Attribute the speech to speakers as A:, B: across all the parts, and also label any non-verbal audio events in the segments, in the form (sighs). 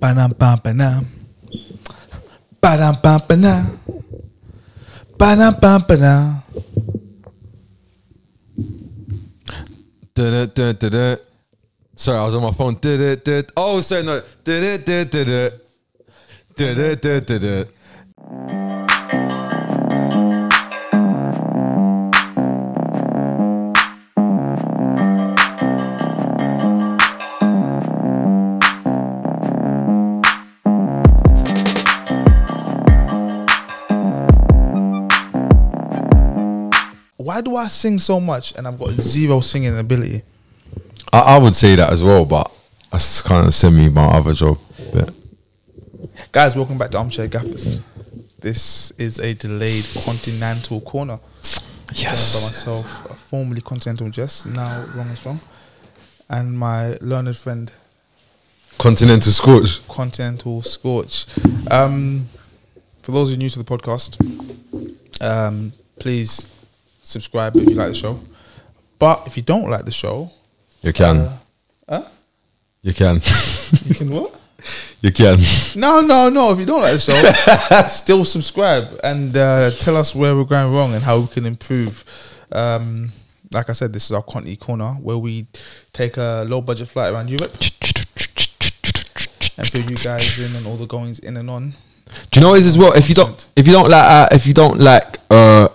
A: Ba-dum-bum-ba-dum. Ba-dum-bum-ba-dum. Ba-dum-bum-ba-dum.
B: Did it, did it, did it. Sorry, I was on my phone. Did it, did it. Oh, sorry, no. Did it, did it, did it. Did it, did it, did it.
A: Why do I sing so much and I've got zero singing ability?
B: I, I would say that as well, but that's kind of semi my other job. But
A: Guys, welcome back to Armchair Gaffers. This is a delayed continental corner. Joined by myself, uh, formerly continental Jess, now wrong as wrong, and my learned friend
B: Continental Scorch.
A: Continental Scorch. Um, for those who are new to the podcast, um, please subscribe if you like the show. But if you don't like the show,
B: You can.
A: huh?
B: You can. (laughs)
A: you can what?
B: you can.
A: No, no, no. If you don't like (laughs) the show, still subscribe and uh, tell us where we're going wrong and how we can improve. Um, like I said, this is our Conti Corner where we take a low budget flight around Europe and fill you guys in and all the goings in and on.
B: Do you know what it is as well? If you don't, if you don't like, uh, if you don't like, uh,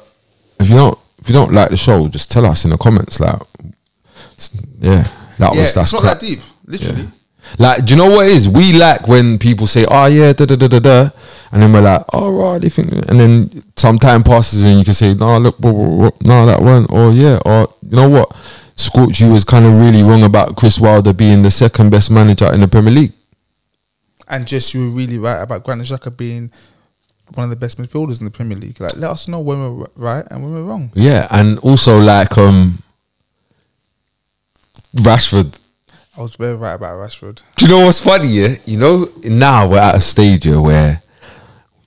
B: if you don't, if you don't like the show, just tell us in the comments. Like, s- yeah, that
A: yeah,
B: was that's
A: it's not
B: crap.
A: that deep, literally.
B: Like, do you know what it is? We like when people say, "Oh yeah, da da da da da," and then we're like, "Oh right," they think, and then some time passes and you can say, "No, look, blah, blah, blah, no, that one," or yeah, or you know what? Scorch, you was kind of really wrong about Chris Wilder being the second best manager in the Premier League.
A: And just you were really right about Granit Xhaka being one of the best midfielders in the Premier League. Like, let us know when we're ri- right and when we're wrong.
B: Yeah, and also like um, Rashford.
A: I was very right about Rashford.
B: Do you know what's funny? Yeah, you know now we're at a stage yeah, where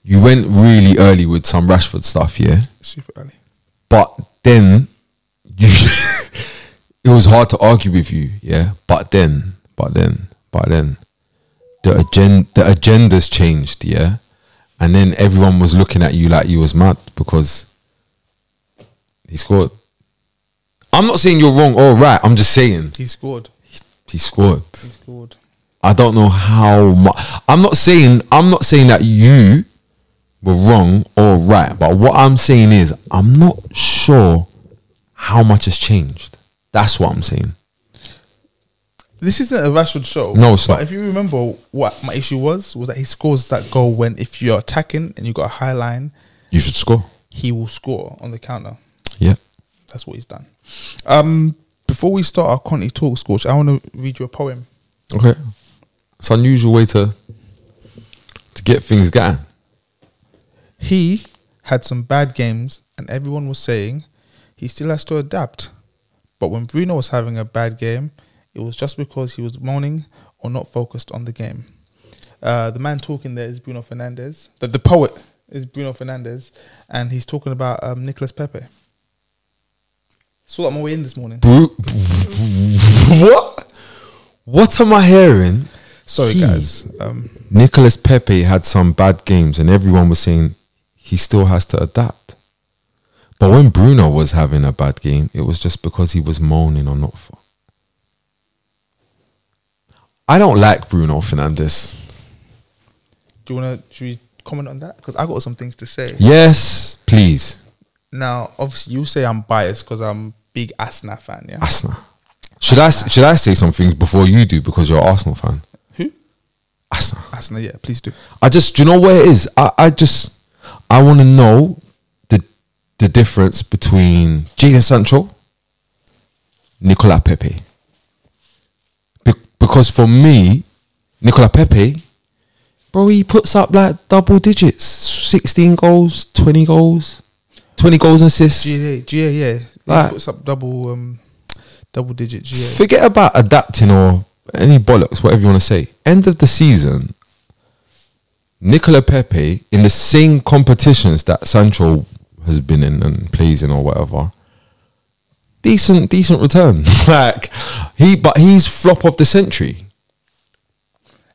B: you went really early with some Rashford stuff, yeah,
A: Super early.
B: but then you (laughs) it was hard to argue with you, yeah. But then, but then, but then the agenda the agendas changed, yeah, and then everyone was looking at you like you was mad because he scored. I'm not saying you're wrong or right. I'm just saying
A: He scored.
B: he scored.
A: He scored.
B: I don't know how much. I'm not saying I'm not saying that you were wrong or right, but what I'm saying is I'm not sure how much has changed. That's what I'm saying.
A: This isn't a Rashford show.
B: No, it's
A: but
B: not.
A: If you remember what my issue was, was that he scores that goal when if you're attacking and you got a high line,
B: You should score.
A: he will score on the counter.
B: Yeah.
A: That's what he's done. Um, before we start our Conti talk, Scorch, I want to read you a poem.
B: Okay. It's an unusual way to to get things going.
A: He had some bad games, and everyone was saying he still has to adapt. But when Bruno was having a bad game, it was just because he was moaning or not focused on the game. Uh, the man talking there is Bruno Fernandez. The, the poet is Bruno Fernandez, and he's talking about um, Nicolas Pepe. Saw that on my way in this morning.
B: Bru- (laughs) what? What am I hearing?
A: Sorry,
B: He-
A: guys. Um,
B: Nicolas Pepe had some bad games, and everyone was saying he still has to adapt. But when Bruno was having a bad game, it was just because he was moaning or not. For. I don't like Bruno Fernandez.
A: do you want to should we comment on that? Because I got some things to say.
B: Yes, please,
A: Now, obviously, you say I'm biased because I'm big Asna fan. Yeah.
B: Asna. Should I should I say some things before you do because you're an Arsenal fan?
A: Who?
B: Asna.
A: Asna, yeah. Please do.
B: I just, do you know where it is? I, I just, I want to know the the difference between Jaden Sancho, Nicola Pepe. Be- because for me, Nicola Pepe, bro, he puts up like double digits, sixteen goals, twenty goals, twenty goals and assists.
A: GA, GA, yeah.
B: Right.
A: He puts up double, um, double digit GA.
B: Forget about adapting or any bollocks, whatever you want to say. End of the season, Nicola Pepe in the same competitions that Sancho has been in and plays in or whatever. Decent, (laughs) decent return. like he, but he's flop of the century.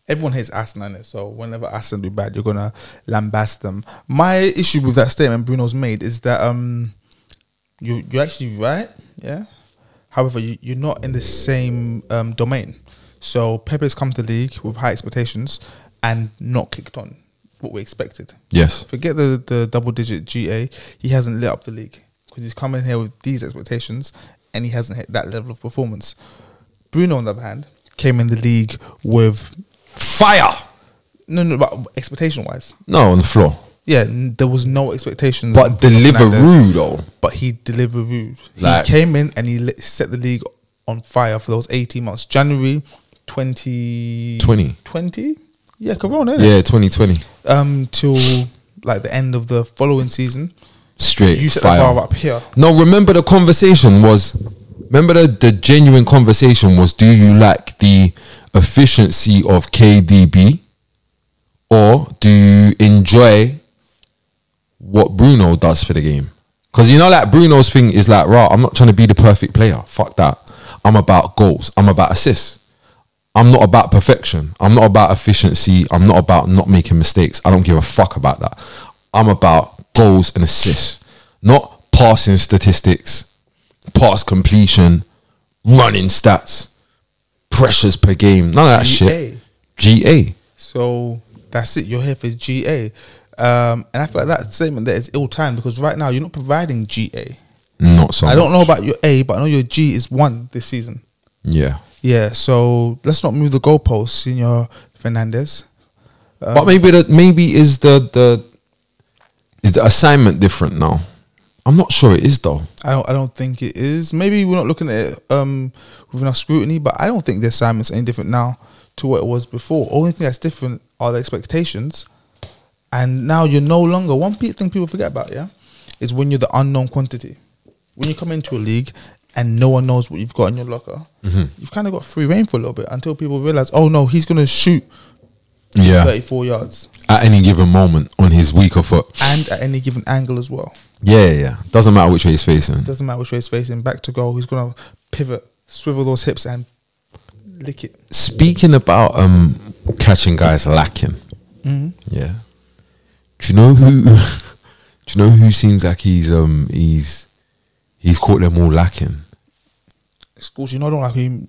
A: Everyone hates Arsenal, innit? so whenever Arsenal do bad, you're gonna lambaste them. My issue with that statement Bruno's made is that um, you you're actually right, yeah. However, you, you're not in the same um, domain. So Pepe's come to the league with high expectations and not kicked on what we expected.
B: Yes.
A: Forget the, the double digit GA. He hasn't lit up the league because he's come in here with these expectations and he hasn't hit that level of performance. Bruno, on the other hand, came in the league with
B: Fire.
A: no, no, but expectation wise,
B: No, on the floor.
A: yeah, n- there was no expectations.
B: But
A: from Fernandes,
B: Deliveroo though.
A: but he delivered rude.
B: Like-
A: he came in and he lit, set the league on fire for those eighteen months. January 20,
B: 20.
A: 20? yeah, Corona, innit?
B: Yeah, 2020.
A: um, till like the end of the following season.
B: Straight
A: You set
B: fire.
A: the bar up here.
B: No, remember the conversation was. Remember the, the genuine conversation was: Do you like the efficiency of KDB, or do you enjoy what Bruno does for the game? Because you know, like Bruno's thing is like, right, I'm not trying to be the perfect player. Fuck that. I'm about goals. I'm about assists. I'm not about perfection. I'm not about efficiency. I'm not about not making mistakes. I don't give a fuck about that. I'm about goals and assists, not passing statistics, pass completion, running stats, pressures per game. None of that shit. GA.
A: So that's it. You're here for GA. Um, and I feel like that statement there is ill timed because right now you're not providing GA.
B: Not so.
A: I
B: much.
A: don't know about your A, but I know your G is one this season.
B: Yeah.
A: Yeah, so let's not move the goalposts, Senor Fernandez. Um,
B: but maybe that maybe is the the is the assignment different now? I'm not sure it is though.
A: I don't I don't think it is. Maybe we're not looking at it um with enough scrutiny, but I don't think the assignment's any different now to what it was before. Only thing that's different are the expectations. And now you're no longer one pe- thing people forget about, yeah, is when you're the unknown quantity. When you come into a league and no one knows what you've got in your locker, you've kind of got free reign for a little bit until people realize, oh no, he's gonna shoot
B: Yeah.
A: 34 yards
B: At any given moment on his weaker foot.
A: and at any given angle as well.
B: Yeah, yeah, yeah. Doesn't matter which way he's facing.
A: Doesn't matter which way he's facing, back to goal. He's gonna pivot, swivel those hips, and lick it.
B: Speaking about um catching guys lacking. Yeah. Do you know who (laughs) do you know who seems like he's um he's he's caught them all lacking?
A: Schools, you know, I don't like him.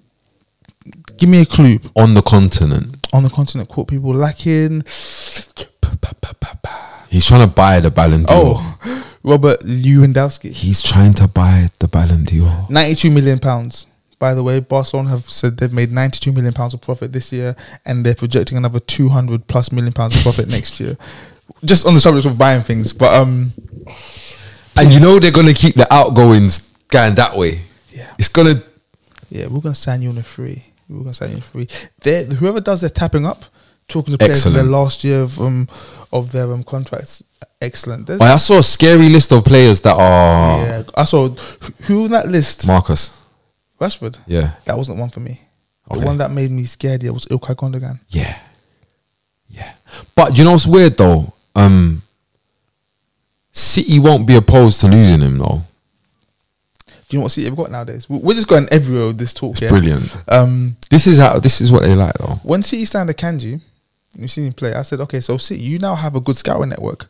A: Give me a clue
B: On the continent.
A: on the continent. Caught people lacking.
B: He's trying to buy the Ballon d'Or.
A: Oh, (gasps) Robert Lewandowski,
B: He's trying to buy the Ballon d'Or.
A: ninety-two million pounds. By the way, Barcelona have said they've made ninety-two million pounds of profit this year, and they're projecting another two hundred plus million pounds of profit next year. Just on the subject of buying things, but um,
B: And you know they're gonna keep the outgoings going that way.
A: Yeah.
B: It's gonna
A: Yeah, we're gonna sign you on a free. We're gonna sign you on a free. They whoever does their tapping up, talking to players in their
B: Excellent.
A: last year of um of their um contracts, excellent. There's,
B: I saw a scary list of players that are
A: yeah, I saw who- who on that list?
B: Marcus.
A: Rashford.
B: Yeah.
A: That wasn't one for me. The
B: Okay.
A: one that made me scared yeah was Ilkay Gundogan.
B: Yeah. Yeah. But you know what's weird though? Um City won't be opposed to losing him though.
A: Do you know what City have got nowadays? We- We're just going everywhere with this talk.
B: It's
A: yeah?
B: brilliant.
A: Um,
B: This is how this is what they like though.
A: when City signed a Kanji, you've seen him play. I said, okay, so City, you now have a good scouting network.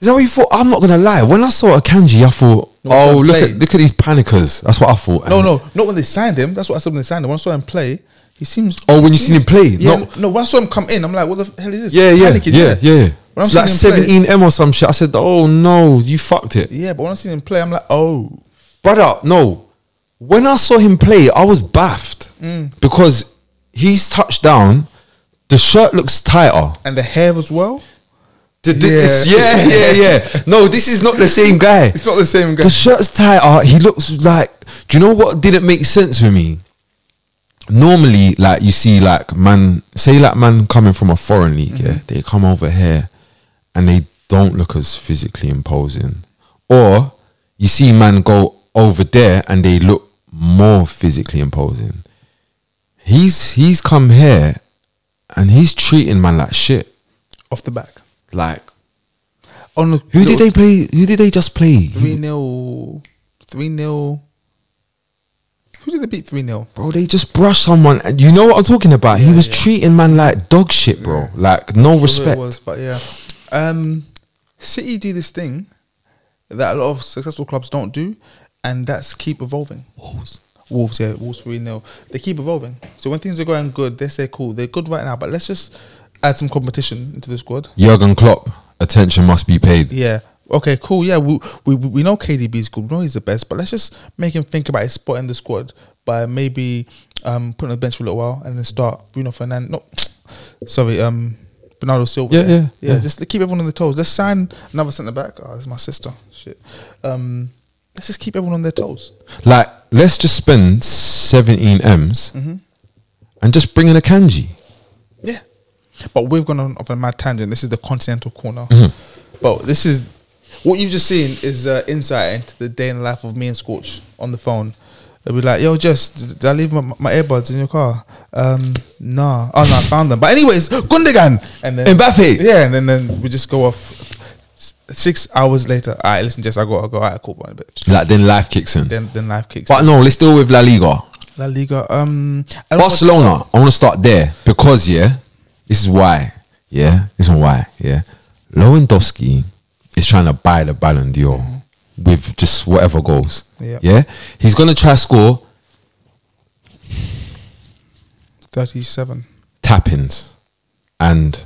B: Is that what you thought? I'm not gonna lie. When I saw a kanji, I thought,
A: No,
B: oh
A: when
B: look
A: they
B: at
A: played.
B: look at these panickers. That's what I thought.
A: No,
B: And-
A: no, not when they signed him. That's what I said when they signed him. When I saw him play, he seems.
B: Oh, when you seen him play?
A: Yeah,
B: No.
A: no. when I saw him come in, I'm like, what the hell is this?
B: Yeah, yeah,
A: Panicking,
B: yeah, yeah.
A: When I'm
B: It's like
A: seeing him play-
B: 17 M or some shit. I said, oh no, you fucked it.
A: Yeah, but when I seen him play, I'm like, oh,
B: Brother, no. When I saw him play, I was baffed
A: Mm.
B: because he's touched down. The shirt looks tighter.
A: and the hair as well.
B: Th- th- this-
A: Yeah.
B: yeah, yeah, yeah. No, this is not the same guy.
A: It's not the same guy.
B: The shirt's tighter. He looks like. Do you know what didn't make sense for me? Normally, like you see, like man, say like man coming from a foreign league, yeah, they come over here and they don't look as physically imposing, or you see man go over there and they look more physically imposing. He's he's come here and he's treating man like shit.
A: Off the back.
B: Like
A: On the,
B: who did they play? Who did they just play?
A: Three 0 three 0 Who did they beat 3 0?
B: Bro, they just brushed someone. And you know what I'm talking about? he
A: Yeah,
B: was
A: yeah.
B: treating man like dog shit, bro. Like no respect.
A: It was, but yeah. Um, City do this thing that a lot of successful clubs don't do, and that's keep evolving. Wolves. Wolves, yeah, Wolves 3 0. They keep evolving. So when things are going good, they say, cool, they're good right now, but let's just add some competition into the squad.
B: Jurgen Klopp, attention must be paid.
A: Yeah. Okay, cool. Yeah, we we, we know KDB's good. We know he's the best, but let's just make him think about his spot in the squad by maybe um, putting on the bench for a little while and then start Bruno Fernandes. No, sorry, um, Bernardo Silva.
B: Yeah,
A: there.
B: yeah,
A: yeah,
B: yeah.
A: Just to keep everyone on their toes. Let's sign another centre back. Oh, it's my sister. Shit. Um, let's just keep everyone on their toes.
B: Like, let's just spend 17 M's
A: Mm-hmm.
B: and just bring in a kanji.
A: Yeah. But we've gone on, off on a mad tangent. This is the continental corner. But this is what you've just seen is uh, insight into the day in the life of me and Scorch on the phone. They'll be like, yo, just did I leave my, my earbuds in your car? Um, nah. Oh, no, I found them. But, anyways, Gundogan. And then,
B: Mbappe.
A: (laughs) Yeah, and then, then we just go off s- six hours later. All right, listen, Jess, I got to go. All right, cool. But
B: Like, then life kicks in.
A: then, then life kicks.
B: But no, let's deal with La Liga.
A: La Liga. Um, I don't watch-
B: Barcelona, I want to start there because, yeah, this is why. Yeah, this is why. Yeah. Lewandowski is trying to buy the Ballon d'Or
A: Mm-hmm.
B: with just whatever goals.
A: Yeah.
B: Yeah. He's going to try score
A: 37.
B: tap ins and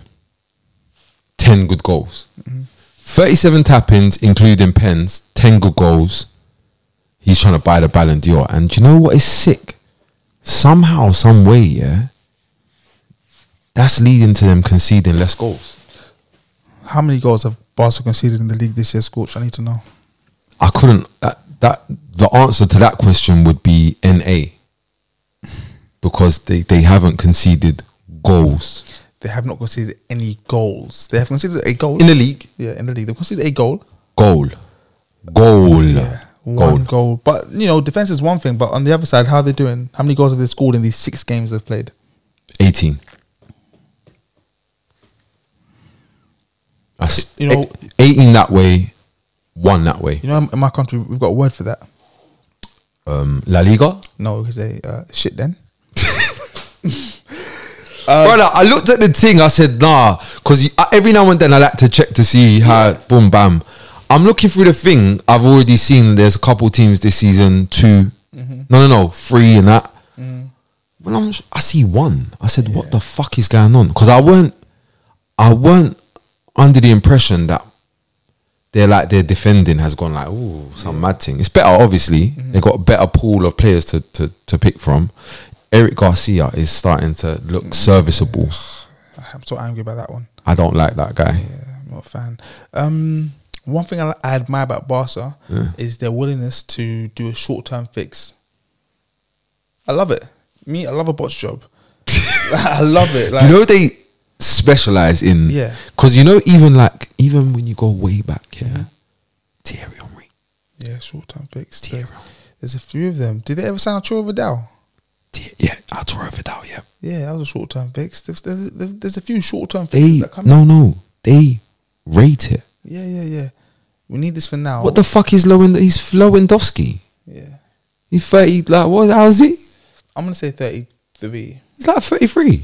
B: 10 good goals. 37 tap ins, including pens, 10 good goals. He's trying to buy the Ballon d'Or. And do you know what is sick? Somehow, some way, yeah, that's leading to them conceding less goals.
A: How many goals have Barca conceded in the league this year, Scorch? I need to know.
B: I couldn't. That, that the answer to that question would be NA because they, they haven't conceded goals
A: They have not conceded any goals. They have conceded a goal.
B: in the league.
A: yeah, in the league. They've conceded a goal.
B: Goal, goal,
A: Yeah.
B: goal.
A: One goal. But, you know, defense is one thing. But on the other side, how are they doing? How many goals have they scored in these six games they've played?
B: 18. That's
A: You know-
B: e- 18 that way, one that way.
A: You know, in my country, we've got a word for that.
B: Um, La Liga.
A: No, because they uh, shit then. Uh,
B: Brother, I looked at the thing, I said, nah, because every now and then I like to check to see how, boom, bam. I'm looking through the thing, I've already seen there's a couple teams this season, 2
A: Mm-hmm.
B: no, no, no, three and that. When I'm, I see one, I said, what the fuck is going on? Because I weren't, I weren't under the impression that they're like their defending has gone like oh some mad thing. It's better obviously.
A: Mm-hmm.
B: They got a better pool of players to, to to pick from. Eric Garcia is starting to look
A: Mm.
B: serviceable.
A: I'm so angry about that one.
B: I don't like that guy.
A: Yeah, I'm not a fan. Um, one thing I, I admire about Barca is their willingness to do a short term fix. I love it. Me, I love a botch
B: (laughs)
A: job. (laughs) I love it. Like,
B: you know they specialize in
A: Yeah.
B: Because you know even like even when you go way back, yeah,
A: Mm-hmm.
B: Thierry Henry,
A: yeah, short term fix.
B: Thierry,
A: There's, there's a few of them. Did they ever sign Arturo Vidal?
B: Thier- yeah, Arturo Vidal, yeah.
A: Yeah, that was a short term fix. There's, there's, there's, there's a few short term fixes
B: They
A: that come.
B: no no they rate it.
A: Yeah, yeah, yeah. We need this for now.
B: What the fuck is Lewand? He's Lewandowski.
A: yeah,
B: He's thirty. Like what? How's he?
A: I'm gonna say 33.
B: He's like thirty three.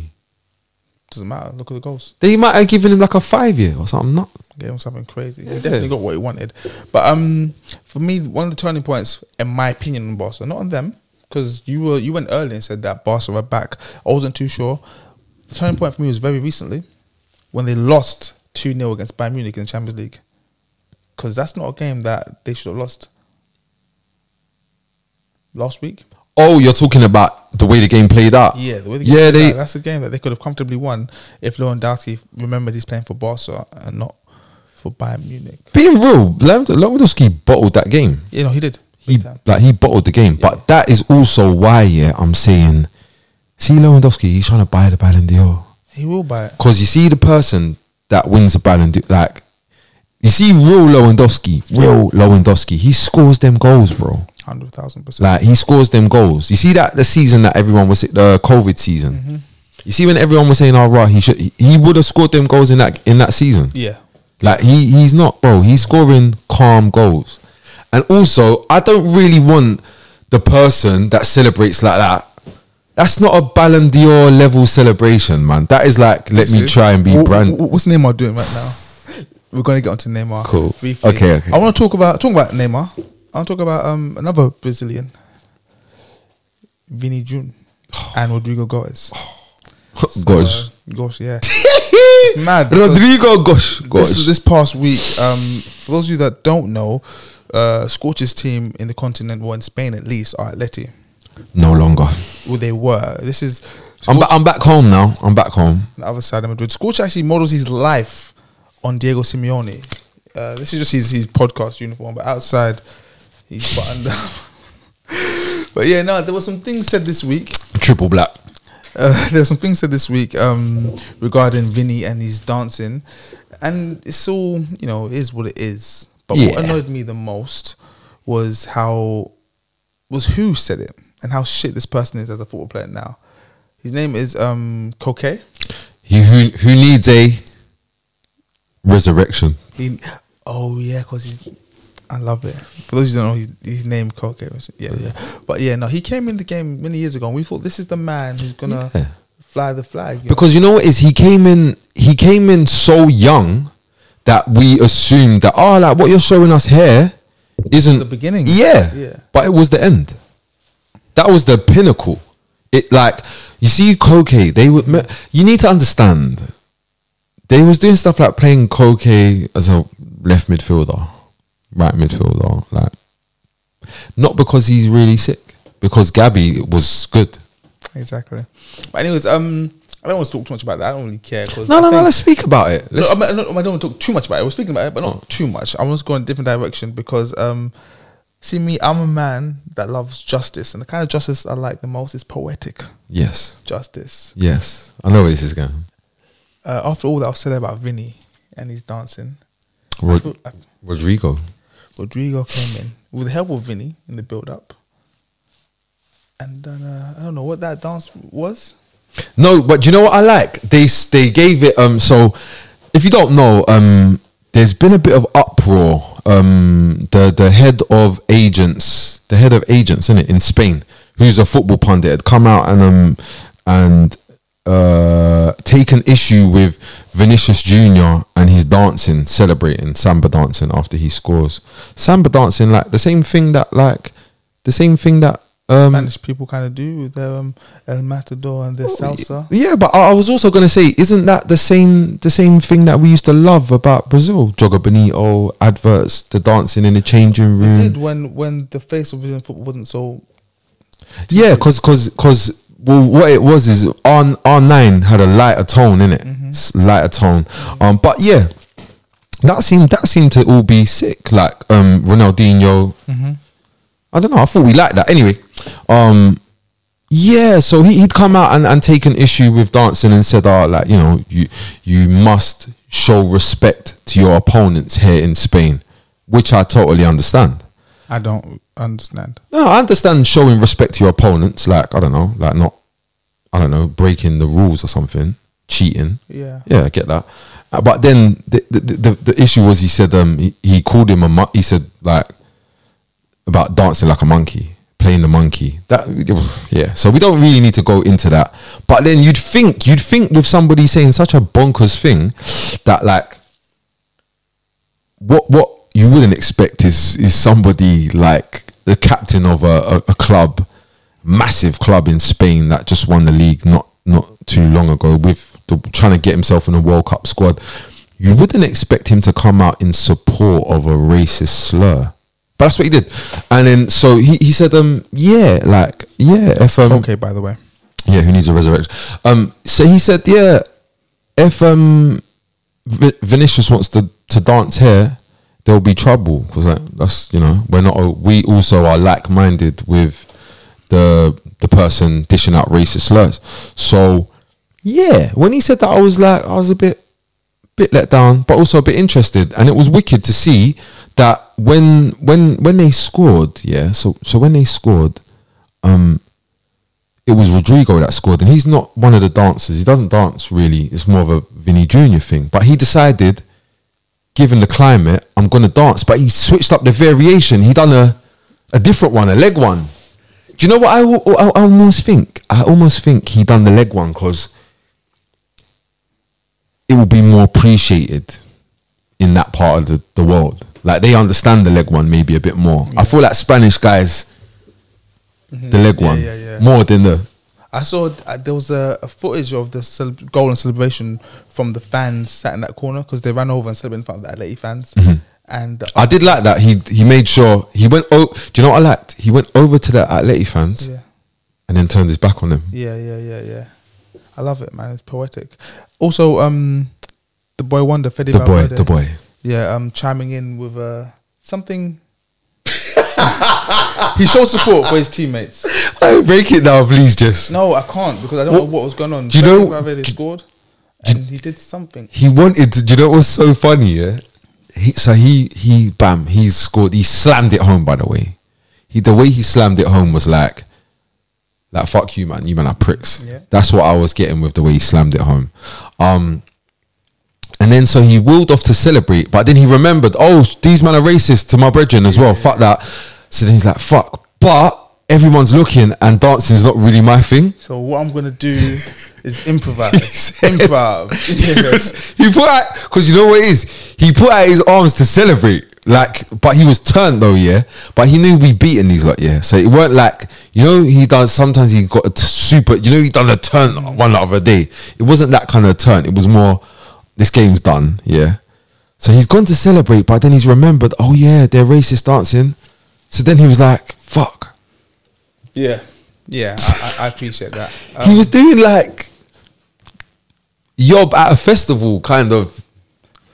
A: Doesn't matter. Look at the goals.
B: They might have given him like a five year or something. Not
A: gave him something crazy. He
B: Yeah.
A: definitely got what he wanted. But um, for me, one of the turning points, in my opinion, on Barca, not on them, because you were you went early and said that Barca were back. I wasn't too sure. The turning point for me was very recently when they lost two 0 against Bayern Munich in the Champions League, because that's not a game that they should have lost. Last week,
B: Oh, you're talking about the way the game played out.
A: yeah, the way the game
B: yeah,
A: played
B: they.
A: out, that's a game that they could have comfortably won if Lewandowski remembered he's playing for Barca and not for Bayern Munich.
B: Being real, Lewand- Lewandowski bottled that game.
A: You know, he did.
B: He
A: Big time.
B: like he bottled the game, but that is also why yeah I'm saying, see Lewandowski, he's trying to buy the Ballon d'Or
A: He will buy it.
B: because you see the person that wins the Ballon d'Or, like you see real Lewandowski, real Lewandowski, he scores them goals, bro.
A: Hundred thousand percent.
B: Like he scores them goals. You see that the season that everyone was the COVID season.
A: Mm-hmm.
B: You see when everyone was saying, "Oh, right, he should he, he would have scored them goals in that in that season."
A: yeah.
B: Like he he's not, bro. He's scoring calm goals, and also I don't really want the person that celebrates like that. That's not a Ballon d'Or level celebration, man. That is like, let me
A: Sis.
B: try and be
A: Wh-
B: brand.
A: (laughs) wh- What's Neymar doing right now? (laughs) We're going to get onto Neymar.
B: Cool.
A: briefly.
B: Okay, okay.
A: I want to talk about talk about Neymar. I want to talk about um another Brazilian, Vini
B: (sighs)
A: June, and Rodrigo Goes.
B: (laughs) gosh.
A: gosh,
B: (laughs)
A: yeah. it's mad. because
B: Rodrigo, gosh, gosh.
A: This, this past week, um, for those of you that don't know, uh, Scorch's team in the continent, well, in Spain at least, are Atleti.
B: no longer.
A: Well, they were. This is
B: I'm, ba- I'm back home now. I'm back home.
A: on the other side of Madrid. Scorch actually models his life on Diego Simeone. Uh, this is just his, his podcast uniform, but outside he's buttoned up. (laughs) but yeah, no, there were some things said this week.
B: Triple black.
A: Uh, (laughs) there were some things said this week um, regarding Vinny and his dancing, and it's all you know it is what it is. But
B: Yeah.
A: what annoyed me the most was how was who said it and how shit this person is as a football player now. His name is um, Koke.
B: He who who needs a resurrection.
A: He, oh yeah, because he's. I love it. For those who don't know, he's, he's named Koke. Yeah, yeah. But yeah, no, he came in the game many years ago, and we thought this is the man who's gonna
B: Yeah.
A: fly the flag. you know?
B: Because you know what is he came in he came in so young that we assumed that oh like what you're showing us here isn't
A: the beginning.
B: Yeah.
A: Yeah.
B: But it was the end. That was the pinnacle. It like you see Koke, they would me- you need to understand. They was doing stuff like playing Koke as a left midfielder, right midfielder, like not because he's really sick, because Gabby was good.
A: Exactly. But anyways, um, I don't want to talk too much about that. I don't really care. Cause
B: No,
A: I
B: no, no.
A: think-
B: Let's speak about it.
A: No,
B: Let's,
A: I, mean, I don't, I don't want to talk too much about it. We're speaking about it, but
B: Oh.
A: not too much. I want to go in a different direction because, um, see me, I'm a man that loves justice, and the kind of justice I like the most is poetic
B: yes,
A: justice.
B: yes. I know where this is going.
A: Uh, after all that I've said about Vinny and his dancing,
B: Rod- Rodrigo.
A: Rodrigo came in with the help of Vinny in the build-up, and then uh, I don't know what that dance was.
B: No, but you know what I like? They s- they gave it. Um, so if you don't know, um, there's been a bit of uproar. Um, the the head of agents, the head of agents in it in Spain, who's a football pundit, had come out and um and uh taken issue with Vinicius Junior and his dancing, celebrating samba dancing after he scores. Samba dancing, like the same thing that like the same thing that um
A: Spanish people kind of do with their um, El Matador and their salsa.
B: yeah, but I I was also going to say, isn't that the same the same thing that we used to love about Brazil? Joga Bonito adverts, the dancing in the changing
A: We did
B: room.
A: when when the face of Brazilian football wasn't so.
B: Yeah, because because because well, what it was is on R nine had a lighter tone in it, lighter tone. Um, but yeah, that seemed that seemed to all be sick. Like um, Ronaldinho. I don't know. I thought we liked that anyway. Um, Yeah, so he, he'd come out and, and taken issue with dancing and said, oh, like, you know, you you must show respect to your opponents here in Spain, which I totally understand.
A: I don't understand.
B: No, no, I understand showing respect to your opponents, like, I don't know, like not, I don't know, breaking the rules or something, cheating.
A: Yeah.
B: Yeah, I get that. Uh, But then the the, the, the issue was he said um he, he called him a mon- he said like about dancing like a monkey, playing the monkey. That yeah. So we don't really need to go into that. But then you'd think you'd think with somebody saying such a bonkers thing that like what what you wouldn't expect is is somebody like the captain of a, a, a club, massive club in Spain that just won the league not not too long ago with the, trying to get himself in a World Cup squad. You wouldn't expect him to come out in support of a racist slur. But that's what he did. And then so he, he said, um, yeah, like, yeah, if um,
A: Okay. By the way,
B: yeah, who needs a resurrection? Um, so he said, yeah, if um, v- Vinicius wants to, to dance here, there'll be trouble because like, that's you know we're not a, we also are like minded with the the person dishing out racist slurs. So yeah, when he said that, I was like, I was a bit bit let down, but also a bit interested. And it was wicked to see that when when when they scored, yeah. So so when they scored, it was Rodrigo that scored, and he's not one of the dancers. He doesn't dance really. It's more of a Vinny Junior thing. But he decided, given the climate, I'm gonna dance. But he switched up the variation. He done a a different one, a leg one. Do you know what I, al- I, I almost think? I almost think he done the leg one because it will be more appreciated in that part of the, the world. Like they understand the leg one maybe a bit more. I feel like Spanish guys, the leg
A: Mm-hmm. Yeah,
B: one
A: yeah, yeah.
B: more than the.
A: I saw uh, there was a, a footage of the cel- goal and celebration from the fans sat in that corner because they ran over and celebrated in front of the Atleti fans. And uh,
B: I did like that. He he made sure he went. Oh, do you know what I liked? He went over to the Atleti fans
A: yeah,
B: and then turned his back on them.
A: yeah, yeah, yeah, yeah. I love it, man. It's poetic. Also, um, the boy wonder Fede
B: The boy,
A: Valverde.
B: the boy.
A: Yeah, um, chiming in with uh, something. (laughs) he shows support for his teammates.
B: Oh, break it down, please, Jess.
A: No, I can't because I don't know what was going on.
B: Do you
A: Fede
B: know-
A: Valverde
B: do-
A: scored? And he did something.
B: He wanted to. Do you know what was so funny? Yeah. He, so he he bam he scored. He slammed it home. By the way, he the way he slammed it home was like, like fuck you, man. You man are pricks.
A: Yeah.
B: That's what I was getting with the way he slammed it home. Um. And then so he wheeled off to celebrate, but then he remembered, oh, these men are racist to my brethren as well. Fuck that. So then he's like, fuck. But everyone's looking, and dancing's not really my thing.
A: So what I'm gonna
B: (laughs)
A: do is improvise.
B: said-
A: Improv.
B: (laughs)
A: (laughs)
B: he
A: Yeah.
B: was- he put out because you know what it is. He put out his arms to celebrate, like, but he was turned though, yeah. But he knew we beaten these lot, yeah. So it weren't like you know he done. Sometimes he got a t- super. You know he done a turn one the other day. It wasn't that kind of turn. It was more this game's done, yeah. So he's gone to celebrate, but then he's remembered. Oh yeah, they're racist dancing. So then he was like, "Fuck."
A: Yeah. Yeah, I, I- I appreciate that. Um,
B: he was doing like yob at a festival, kind of.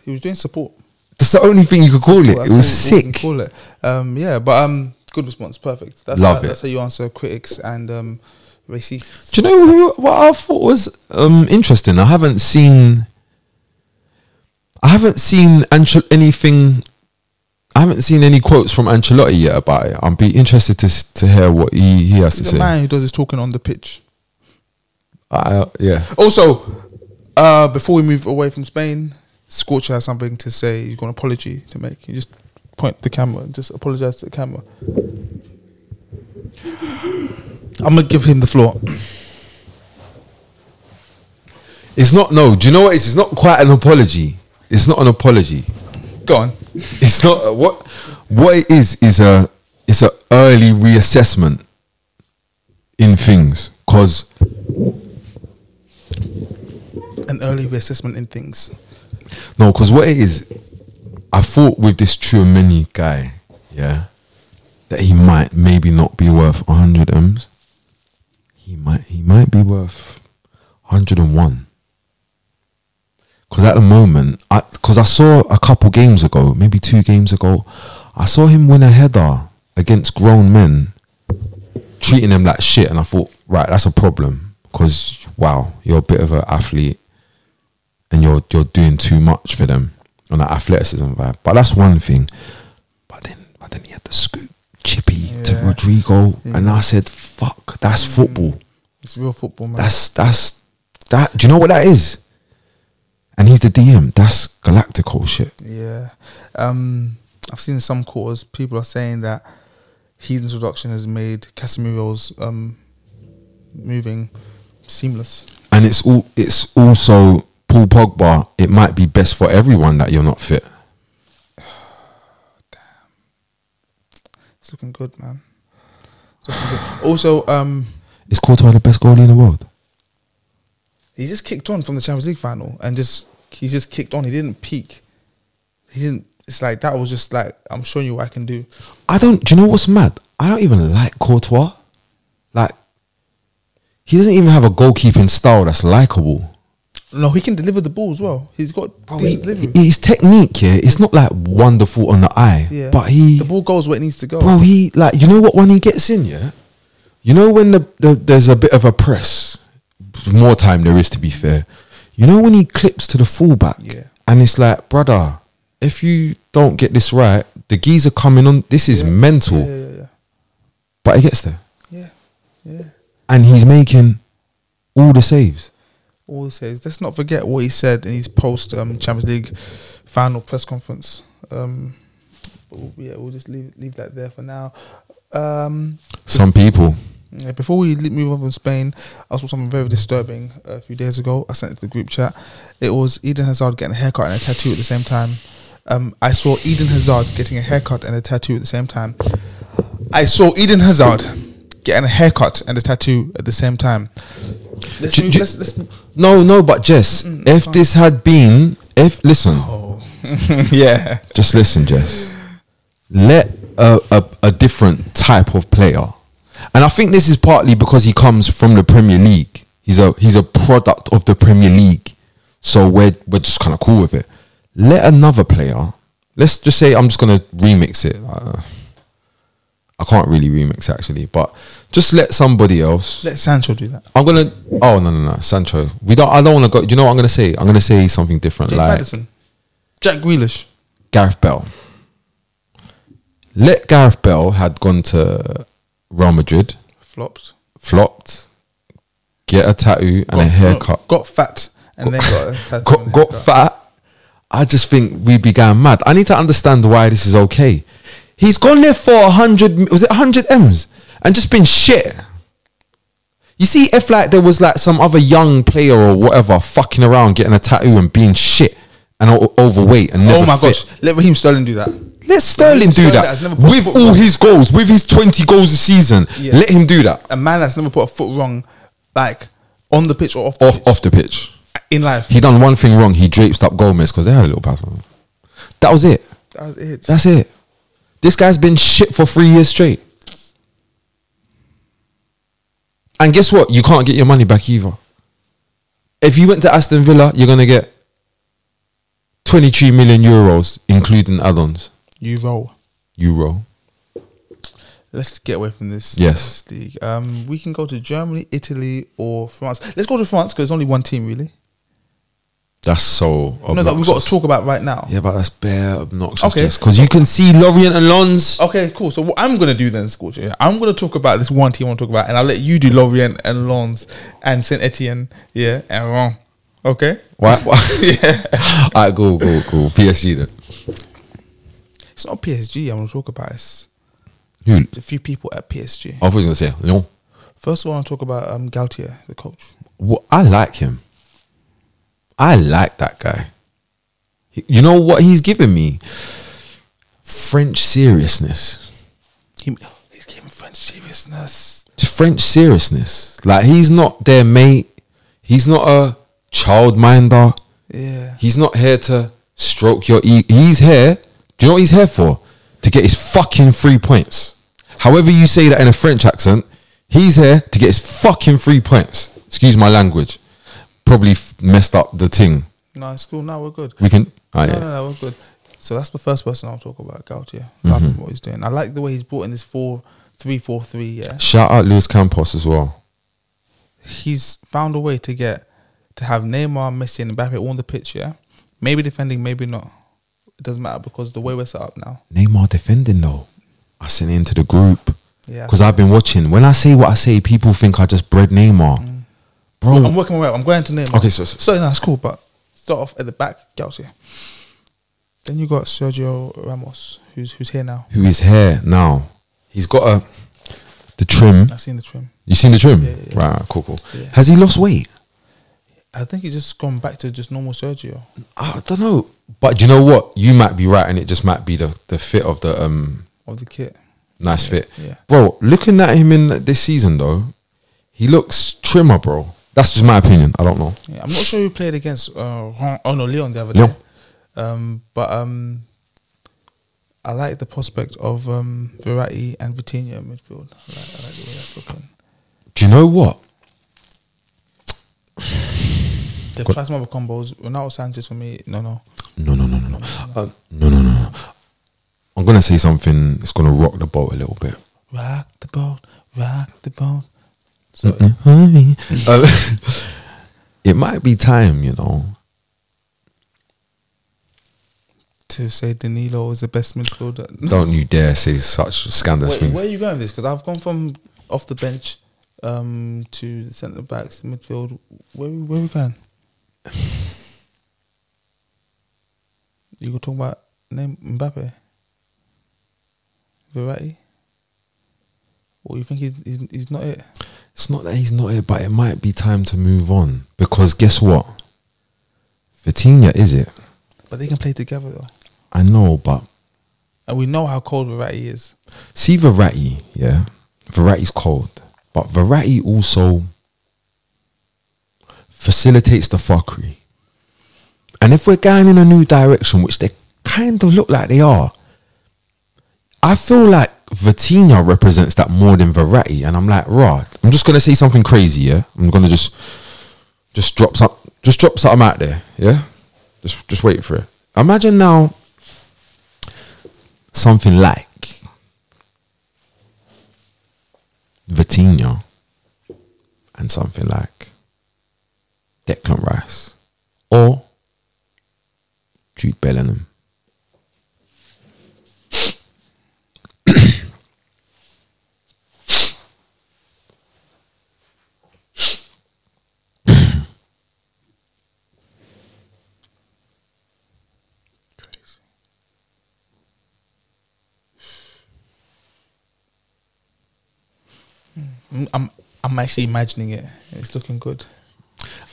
A: he was doing support.
B: That's the only thing you could call it.
A: That's
B: It
A: all-
B: was
A: all we can
B: sick.
A: Call it. Um, yeah, but um, good response, perfect. That's
B: Love
A: how,
B: it.
A: That's how you answer critics and um, racists.
B: Do you know who, what I thought was um, interesting? I haven't seen, I haven't seen Anchel- anything. I haven't seen any quotes from Ancelotti yet about it. I'd be interested to s- to hear what he, he has to
A: He's a
B: say.
A: man who does his talking on the pitch.
B: I, yeah,
A: Also, uh, before we move away from Spain, Scorcher has something to say. He's got an apology to make. You just point the camera and just apologize to the camera. I'm gonna give him the floor.
B: it's not. No, do you know what? It's, it's not quite an apology. It's not an apology.
A: Go on.
B: It's not uh, what what it is is a it's a early reassessment in things because.
A: An early reassessment in things.
B: No, because what it is, I thought with this Mini guy, yeah, that he might maybe not be worth 100 M's. He might he might be worth 101. Because at the moment, because I, saw a couple games ago, maybe two games ago, I saw him win a header against grown men, treating them like shit, and I thought, right, that's a problem. Because wow, you're a bit of an athlete and you're you're doing too much for them on that athleticism vibe. But that's one thing. But then but then he had the scoop chippy to
A: Yeah. Mm.
B: Rodrigo, and I said, "Fuck, that's football.
A: It's real football, man.
B: That's that's that. Do you know what that is?" And he's the DM. That's galactical shit.
A: yeah. Um, I've seen in some quarters people are saying that his introduction has made Casemiro's um, moving seamless.
B: And it's all it's also Paul Pogba. It might be best for everyone that you're not fit.
A: It's looking good, man. It's looking good. Also, um,
B: Is Courtois the best goalie in the world?
A: he just kicked on from the Champions League final and just he just kicked on. He didn't peak. He didn't. It's like that was just like I'm showing you what I can do.
B: I don't. Do you know what's mad? I don't even like Courtois. Like, he doesn't even have a goalkeeping style that's likable.
A: No, he can deliver the ball as well. He's got decent delivery.
B: His technique, yeah, it's not like wonderful on the eye,
A: yeah,
B: but he,
A: the ball goes where it needs to go.
B: bro, he like you know what when he gets in, yeah, you know when the, the there's a bit of a press, more time there is to be fair. You know when he clips to the fullback,
A: Yeah.
B: and it's like, brother, if you don't get this right, the geezer coming on. This is
A: Yeah.
B: mental,
A: Yeah, yeah, yeah,
B: but he gets there.
A: yeah, yeah.
B: and he's making all the saves.
A: All he says. Let's not forget what he said in his post um, Champions League final press conference. Um, but we'll- yeah, we'll just leave leave that there for now. Um,
B: Some people
A: Yeah, before we li- move on from Spain, I saw something very disturbing uh, a few days ago. I sent it to the group chat. It was Eden Hazard getting a haircut and a tattoo at the same time. Um, I saw Eden Hazard getting a haircut and a tattoo at the same time. I saw Eden Hazard getting a haircut and a tattoo at the same time. Let's
B: Ju-
A: move-
B: ju-
A: let's- let's-
B: No, no, but Jess, if this had been, if listen,
A: (laughs) yeah,
B: just listen, Jess. Let a, a, a different type of player, and I think this is partly because he comes from the Premier League. He's a he's a product of the Premier League, so we're we're just kind of cool with it. Let another player. Let's just say I'm just gonna remix it. Uh, I can't really remix actually, but just let somebody else.
A: let Sancho do that.
B: I'm gonna. Oh no no no, Sancho. We don't. I don't want to go. Do you know what I'm gonna say? I'm gonna say something different,
A: James
B: like
A: Madison, Jack Grealish.
B: Gareth Bell. Let Gareth Bell had gone to Real Madrid,
A: flopped.
B: flopped, get a tattoo and a haircut,
A: Got fat and then got a tattoo.
B: got
A: and
B: got
A: haircut.
B: fat. I just think we began mad. I need to understand why this is okay. He's gone there for a hundred. Was it hundred m's and just been shit. You see, if like there was like some other young player or whatever fucking around getting a tattoo and being shit and o- overweight and never
A: Oh my
B: fit,
A: gosh, let Raheem Sterling do that.
B: Let Sterling do
A: Sterling
B: that
A: has never put
B: with
A: foot
B: all
A: wrong.
B: his goals, with his 20 goals a season.
A: Yeah.
B: Let him do that
A: A man that's never put a foot wrong, like on the pitch or off, the
B: off off the pitch.
A: pitch, in life.
B: He done one thing wrong. He drapes up Gomez because they had a little pass on. him. That was it.
A: That's it.
B: That's it. This guy's been shit for three years straight. And guess what? You can't get your money back either. If you went to Aston Villa, you're gonna get 23 million euros, including add-ons.
A: you roll.
B: Euro.
A: Let's get away from this.
B: Yes.
A: this league. Um, we can go to Germany, Italy, or France. Let's go to France because there's only one team really.
B: That's so.
A: No, that we've
B: obnoxious.
A: got to talk about right now.
B: Yeah, but that's bare obnoxious.
A: Okay. Oh.
B: because you can see Lorient and Lons.
A: Okay, cool. So what I'm gonna do then, Scorch, yeah, I'm gonna talk about this one team I want to talk about, and I'll let you do Lorient and Lons and Saint Etienne, yeah, and Rouen. Okay.
B: What? yeah. All right, cool, cool, cool. PSG then.
A: It's not PSG I want to talk about. It's
B: Who?
A: a few people at PSG.
B: I was going to say Lyon.
A: First of all, I want to talk about um, Gautier, the coach.
B: Well, I like him. I like that guy. He- You know what he's giving me? French seriousness.
A: He, he's giving French seriousness.
B: Just French seriousness. Like he's not their mate. He's not a childminder.
A: Yeah.
B: He's not here to stroke your ego. He's here. Do you know what he's here for? To get his fucking three points. However you say that in a French accent, he's here to get his fucking three points. Excuse my language. Probably f- messed up the thing.
A: No, it's cool. No, we're good.
B: We can. Ah,
A: no,
B: yeah.
A: no, no, we're good. So that's the first person I'll talk about, Gautier. Love him what he's doing. I like the way he's brought in this four, three, four, three. Yeah,
B: Shout out Luis Campos as well.
A: he's found a way to get to have Neymar, Messi, and Mbappe all on the pitch. Yeah, maybe defending, maybe not. It doesn't matter because the way we're set up now.
B: Neymar defending though. I sent it into the group
A: Yeah,
B: because I've been watching. When I say what I say, people think I just bred Neymar, bro.
A: I'm working my way up. I'm going to Neymar.
B: Okay, so- so-
A: so no, it's cool. But start off at the back, Gautier. Then you got Sergio Ramos, who's who's here now.
B: who is here now? He's got a the trim.
A: I've seen the trim.
B: You seen the trim? Right, right, cool, cool.
A: Yeah.
B: Has he lost weight?
A: I think he's just gone back to just normal Sergio.
B: I don't know. But you know what? You might be right, and it just might be the, the fit of the um
A: of the kit.
B: nice fit,
A: yeah.
B: bro. Looking at him in this season though, he looks trimmer, bro. That's just my opinion. I don't know.
A: Yeah, I'm not sure who played against uh, Ron- oh no Leon the other
B: Leon.
A: day, um, but um, I like the prospect of um, Verratti and Vitinha in midfield. I like, I like the way that's looking.
B: Do you know what?
A: They've tried some other combos. Ronaldo Sanchez for me, no, no.
B: No, no, no, no, no, uh, no, no, no, no. I'm gonna say something that's gonna rock the boat a little bit.
A: Rock the boat, rock the boat. So
B: Mm-hmm. (laughs) Uh, it might be time, you know.
A: to say Danilo is the best midfielder.
B: Don't you dare say such scandalous
A: Wait,
B: things.
A: where are you going with this? Because I've gone from off the bench um, to the centre backs, midfield. Where where are we (sighs) going? You were talking about name Mbappe, Verratti. Or you think he's he's, he's not it?
B: It's not that he's not it, but it might be time to move on because guess what? Vitinha is it?
A: But they can play together though,
B: I know, but
A: and we know how cold Verratti is.
B: see Verratti, yeah, Verratti's cold, but Verratti also facilitates the fuckery. And if we're going in a new direction, which they kind of look like they are, I feel like Vitinha represents that more than Verratti. And I'm like, rah, I'm just gonna say something crazy, yeah. I'm gonna just just drop some, just drop something out there, yeah. Just just wait for it. Imagine now something like Vitinha and something like Declan Rice or Jude Bellingham.
A: Mm, I'm I'm actually imagining it. It's looking good.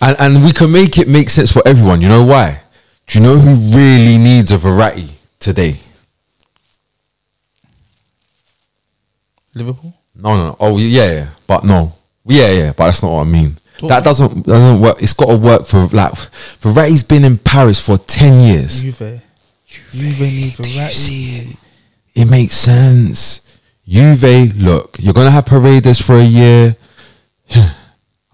B: And, and we can make it make sense for everyone. You know why? Do you know who really needs a Verratti today?
A: Liverpool.
B: No, no. no. Oh, yeah, yeah. But no. Yeah, yeah. But that's not what I mean. That doesn't doesn't work. It's got to work for like Verratti's been in Paris for ten years.
A: Juve. Juve need
B: Do you see
A: Verratti.
B: it? It makes sense. Juve, look, you're gonna have Paredes for a year. (sighs)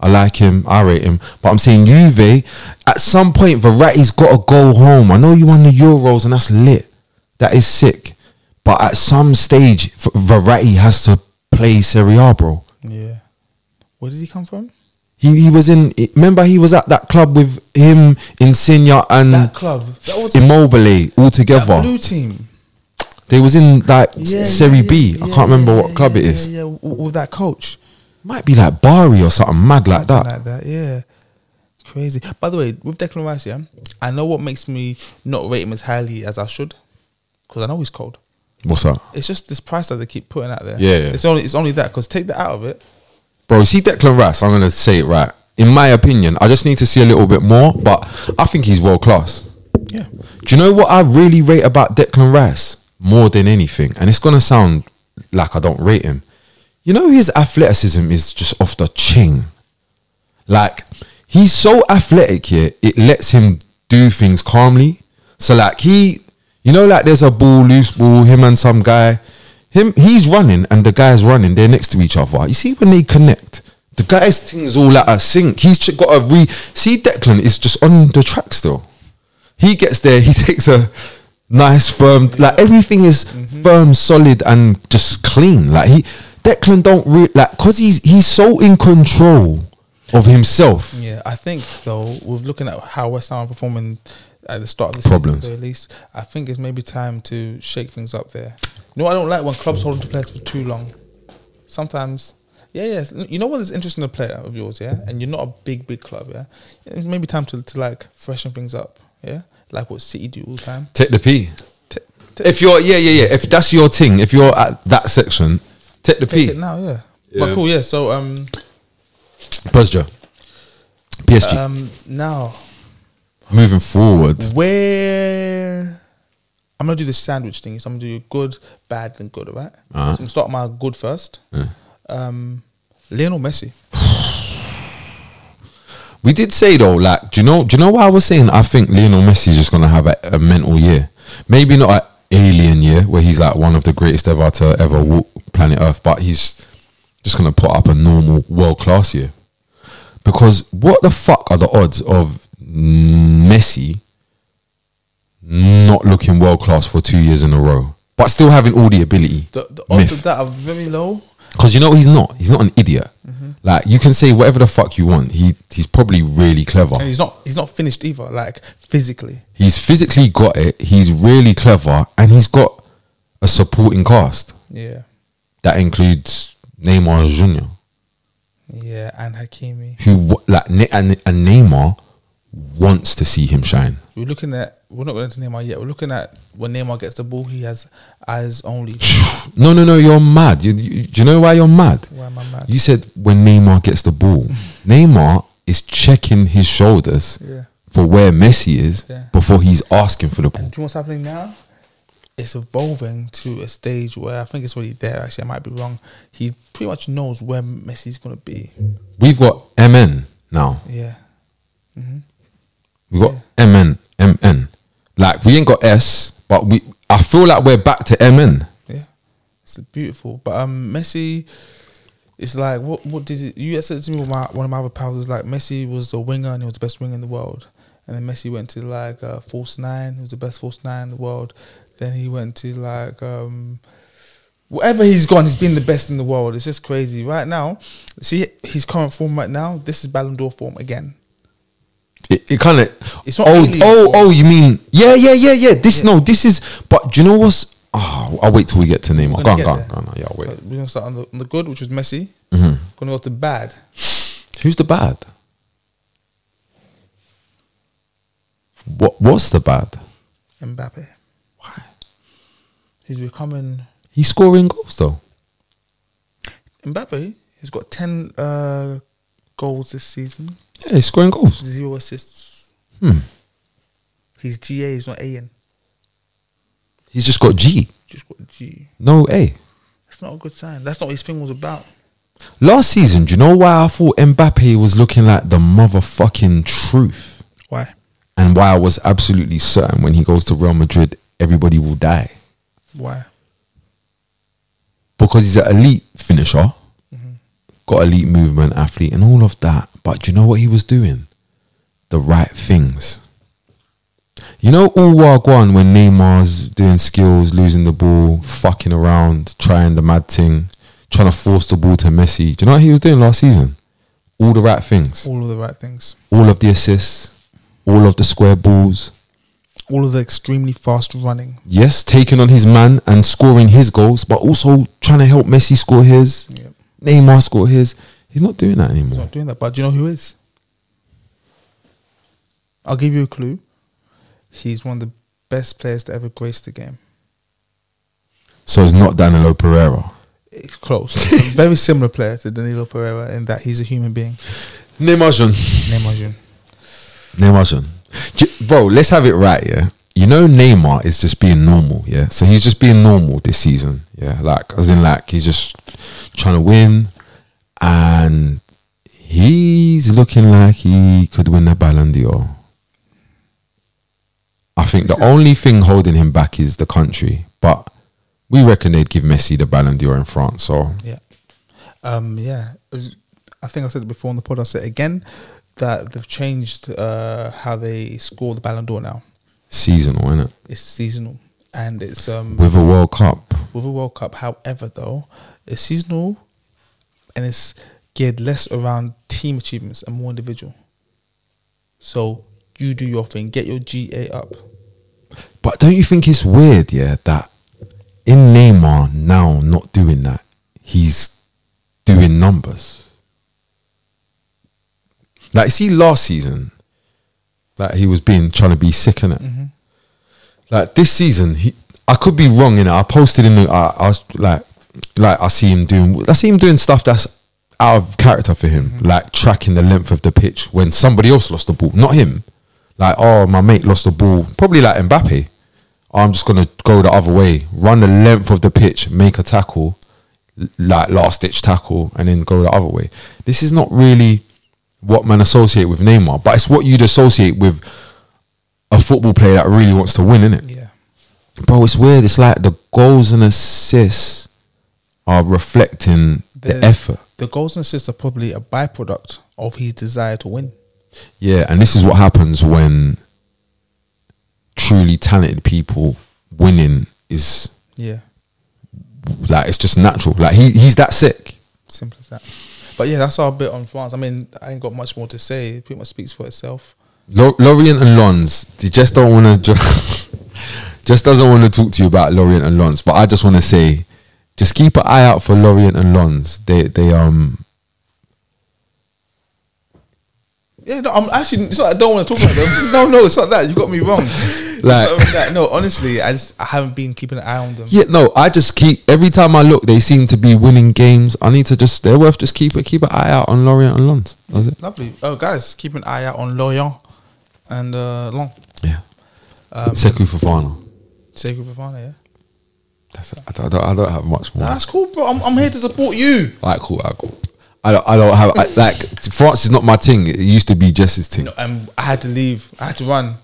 B: I like him. I rate him. But I'm saying Juve, at some point, Verratti's got to go home. I know you won the Euros and that's lit. That is sick. But at some stage, F- Verratti has to play Serie A, bro.
A: Yeah. Where did he come from?
B: He, he was in. Remember, he was at that club with him, Insignia, and
A: That club. That was
B: Immobile all
A: that
B: together.
A: blue team.
B: They was in like
A: Yeah,
B: Serie
A: yeah,
B: B.
A: yeah,
B: I
A: yeah,
B: can't remember
A: yeah,
B: what club
A: yeah,
B: it is.
A: Yeah, yeah. W- with that coach.
B: Might be like Bari or something mad like
A: Something
B: that.
A: Like that, yeah. Crazy. By the way, with Declan Rice, yeah, I know what makes me not rate him as highly as I should, because I know he's cold.
B: What's up,
A: It's just this price that they keep putting out there.
B: Yeah, yeah.
A: It's only it's only that because take that out of it.
B: bro? You see Declan Rice. I'm gonna say it right. In my opinion, I just need to see a little bit more, but I think he's world class.
A: Yeah.
B: Do you know what I really rate about Declan Rice more than anything? And it's gonna sound like I don't rate him. You know his athleticism is just off the chain. Like he's so athletic here, it lets him do things calmly. So like he, you know, like there's a ball, loose ball, him and some guy, him he's running and the guy's running. They're next to each other. You see when they connect, the guy's things all out of sync. He's ch- got a re. See Declan is just on the track still. He gets there. He takes a nice firm. Like everything is firm, solid, and just clean. Like he Declan don't re- like because he's he's so in control of himself.
A: Yeah, I think though, with looking at how West Ham are performing at the start of the
B: Problems.
A: season, at least, I think it's maybe time to shake things up there. You know, I don't like when clubs hold on to players for too long. Sometimes, yeah, yes. You know what is interesting to a player of yours, yeah, and you're not a big, big club, yeah. It's maybe time to, to like freshen things up, yeah, like what City do all the time.
B: Take the P.
A: T- t-
B: If you're yeah yeah yeah if that's your thing if you're at that section, take the
A: take
B: P.
A: it now, yeah.
B: Yeah.
A: But cool, yeah. So um,
B: Posture. PSG
A: um, now
B: moving forward.
A: Where I'm gonna do the sandwich thing. So I'm gonna do good, bad, then good. All right?
B: Alright.
A: So I'm gonna start my good first. Um, Lionel Messi.
B: We did say though, like, do you know? Do you know what I was saying? I think Lionel Messi's just gonna have a, a mental year. Maybe not an alien year where he's like one of the greatest ever to ever walk planet Earth, but he's just gonna put up a normal world class year. Because what the fuck are the odds of Messi not looking world class for two years in a row, but still having all the ability?
A: The, the odds of
B: Myth.
A: that are very low.
B: Because you know he's not. He's not an idiot.
A: Mm-hmm.
B: Like you can say whatever the fuck you want. He he's probably really clever.
A: And he's not he's not finished either, like physically.
B: He's physically got it. He's really clever, and he's got a supporting cast
A: Yeah.
B: that includes Neymar Jr.,
A: Yeah, and Hakimi.
B: who wa- like Ne- and, and Neymar wants to see him shine. (sighs)
A: We're looking at. We're not going to Neymar yet. We're looking at when Neymar gets the ball, he has eyes only.
B: No, no, no, you're mad. You, you, do you know why you're mad?
A: Why am I mad?
B: You said when Neymar gets
A: (laughs)
B: the ball, Neymar is checking his shoulders
A: Yeah.
B: for where Messi is
A: Yeah.
B: before he's asking for the
A: And
B: ball.
A: do you know what's happening now? It's evolving to a stage where I think it's already there. Actually, I might be wrong. He pretty much knows where Messi's going to be.
B: We've got MN now.
A: Yeah.
B: We got MN, MN. Like we ain't got S, but we. I feel like we're back to MN.
A: Yeah, it's beautiful. But um, Messi, it's like what what did it, you said to me? With my one of my other pals was like Messi was the winger and he was the best winger in the world. And then Messi went to like uh, false nine, he was the best false nine in the world. Then he went to like um, whatever he's gone, he's been the best in the world. It's just crazy. Right now, see his current form right now. This is Ballon d'Or form again.
B: It, it kind of.
A: It's not
B: Oh,
A: alien
B: oh,
A: form.
B: oh! You mean yeah, yeah, yeah, yeah. This no, this is. But do you know what's? Oh, I'll wait till we get to Neymar.
A: We're
B: Go
A: gonna get
B: on, go on,
A: there.
B: go on. Yeah, I'll wait. Mm-hmm.
A: But we're gonna start on the, on the good, which was Messi. Gonna go to the bad.
B: Who's the bad? What What's the bad?
A: Mbappe. Why? He's becoming
B: He's scoring goals though.
A: Mbappe, he's got 10 uh, goals this season,
B: Yeah, he's scoring goals.
A: zero assists.
B: Hmm.
A: His GA is not AN,
B: He's just got G,
A: just got G.
B: no A.
A: That's not a good sign. That's not what his thing was about.
B: Last season, do you know why I thought Mbappe was looking like the motherfucking truth,
A: Why?
B: and why I was absolutely certain when he goes to Real Madrid, everybody will die
A: Why?
B: because he's an elite finisher, got elite movement, athlete, and all of that. But do you know what he was doing? The right things. You know, all Wagwan when Neymar's doing skills, losing the ball, fucking around, trying the mad thing, trying to force the ball to Messi. Do you know what he was doing last season? All the right things,
A: All of the right things.
B: all of the assists, all of the square balls.
A: All of the extremely fast running.
B: Yes, taking on his man and scoring his goals, but also trying to help Messi score his.
A: Yep.
B: Neymar scored his. He's not doing that anymore.
A: Not doing that, but do you know who is? I'll give you a clue. He's one of the best players to ever grace the game.
B: So it's not Danilo Pereira.
A: It's (laughs) close. a very similar player to Danilo Pereira in that he's a human being.
B: Neymar Jean.
A: Neymar Jr.
B: Neymar Jean. J- Bro, let's have it right, yeah? You know Neymar is just being normal, yeah? So he's just being normal this season, yeah? Like, as in like, he's just trying to win and he's looking like he could win the Ballon d'Or. I think the only thing holding him back is the country, but we reckon they'd give Messi the Ballon d'Or in France, so
A: Yeah. Um, yeah. I think I said it before on the pod, I'll say it again, that they've changed uh, how they score the Ballon d'Or now.
B: seasonal, innit?
A: It's seasonal. And it's um,
B: with a World Cup.
A: with a World Cup, however, though, it's seasonal and it's geared less around team achievements and more individual. So you do your thing, get your GA up.
B: But don't you think it's weird, yeah, that in Neymar now not doing that, he's doing numbers. Like see last season, like he was being trying to be sick in it. Like this season, he I could be wrong in it. I posted in the I, I was like like I see him doing I see him doing stuff that's out of character for him, like tracking the length of the pitch when somebody else lost the ball, not him. Like oh my mate lost the ball, probably like Mbappe. I'm just gonna go the other way, run the length of the pitch, make a tackle, l- like last ditch tackle, and then go the other way. This is not really what man associate with Neymar, but it's what you'd associate with a football player that really wants to win, innit?
A: Yeah.
B: Bro, it's weird. It's like the goals and assists are reflecting the,
A: The-
B: effort.
A: The goals and assists are probably a byproduct of his desire to win.
B: Yeah, and this is what happens when truly talented people winning is
A: Yeah.
B: like it's just natural. Like he he's that sick.
A: Simple as that. But yeah, that's our bit on France. I mean, I ain't got much more to say. It pretty much speaks for itself.
B: Lo- Lorient and Lons, they just don't want to (laughs) just, just doesn't want to talk to you about Lorient and Lons. But I just want to say, just keep an eye out for Lorient and Lons. They they um
A: Yeah, no, I'm actually. It's not, I don't want to talk about them. (laughs) no, no, it's not that. You got me wrong. It's
B: (laughs) Like-
A: not even that. no, honestly, I just I haven't been keeping an eye on them.
B: Yeah, no, I just keep every time I look, they seem to be winning games. I need to just they're worth just keep it, keep an eye out on Lorient and Lons. That's it.
A: Lovely. Oh, guys, keep an eye out on Lorient and uh, Long.
B: Yeah,
A: Um,
B: Sekou Fofana.
A: Sekou Fofana, yeah.
B: That's it. I don't, I don't, I don't have much more.
A: Nah, that's cool, bro. I'm, I'm here to support you.
B: Like cool, like cool. I don't, I don't have I, like France is not my thing. It used to be Jess's thing.
A: No, um, I had to leave. I had to run.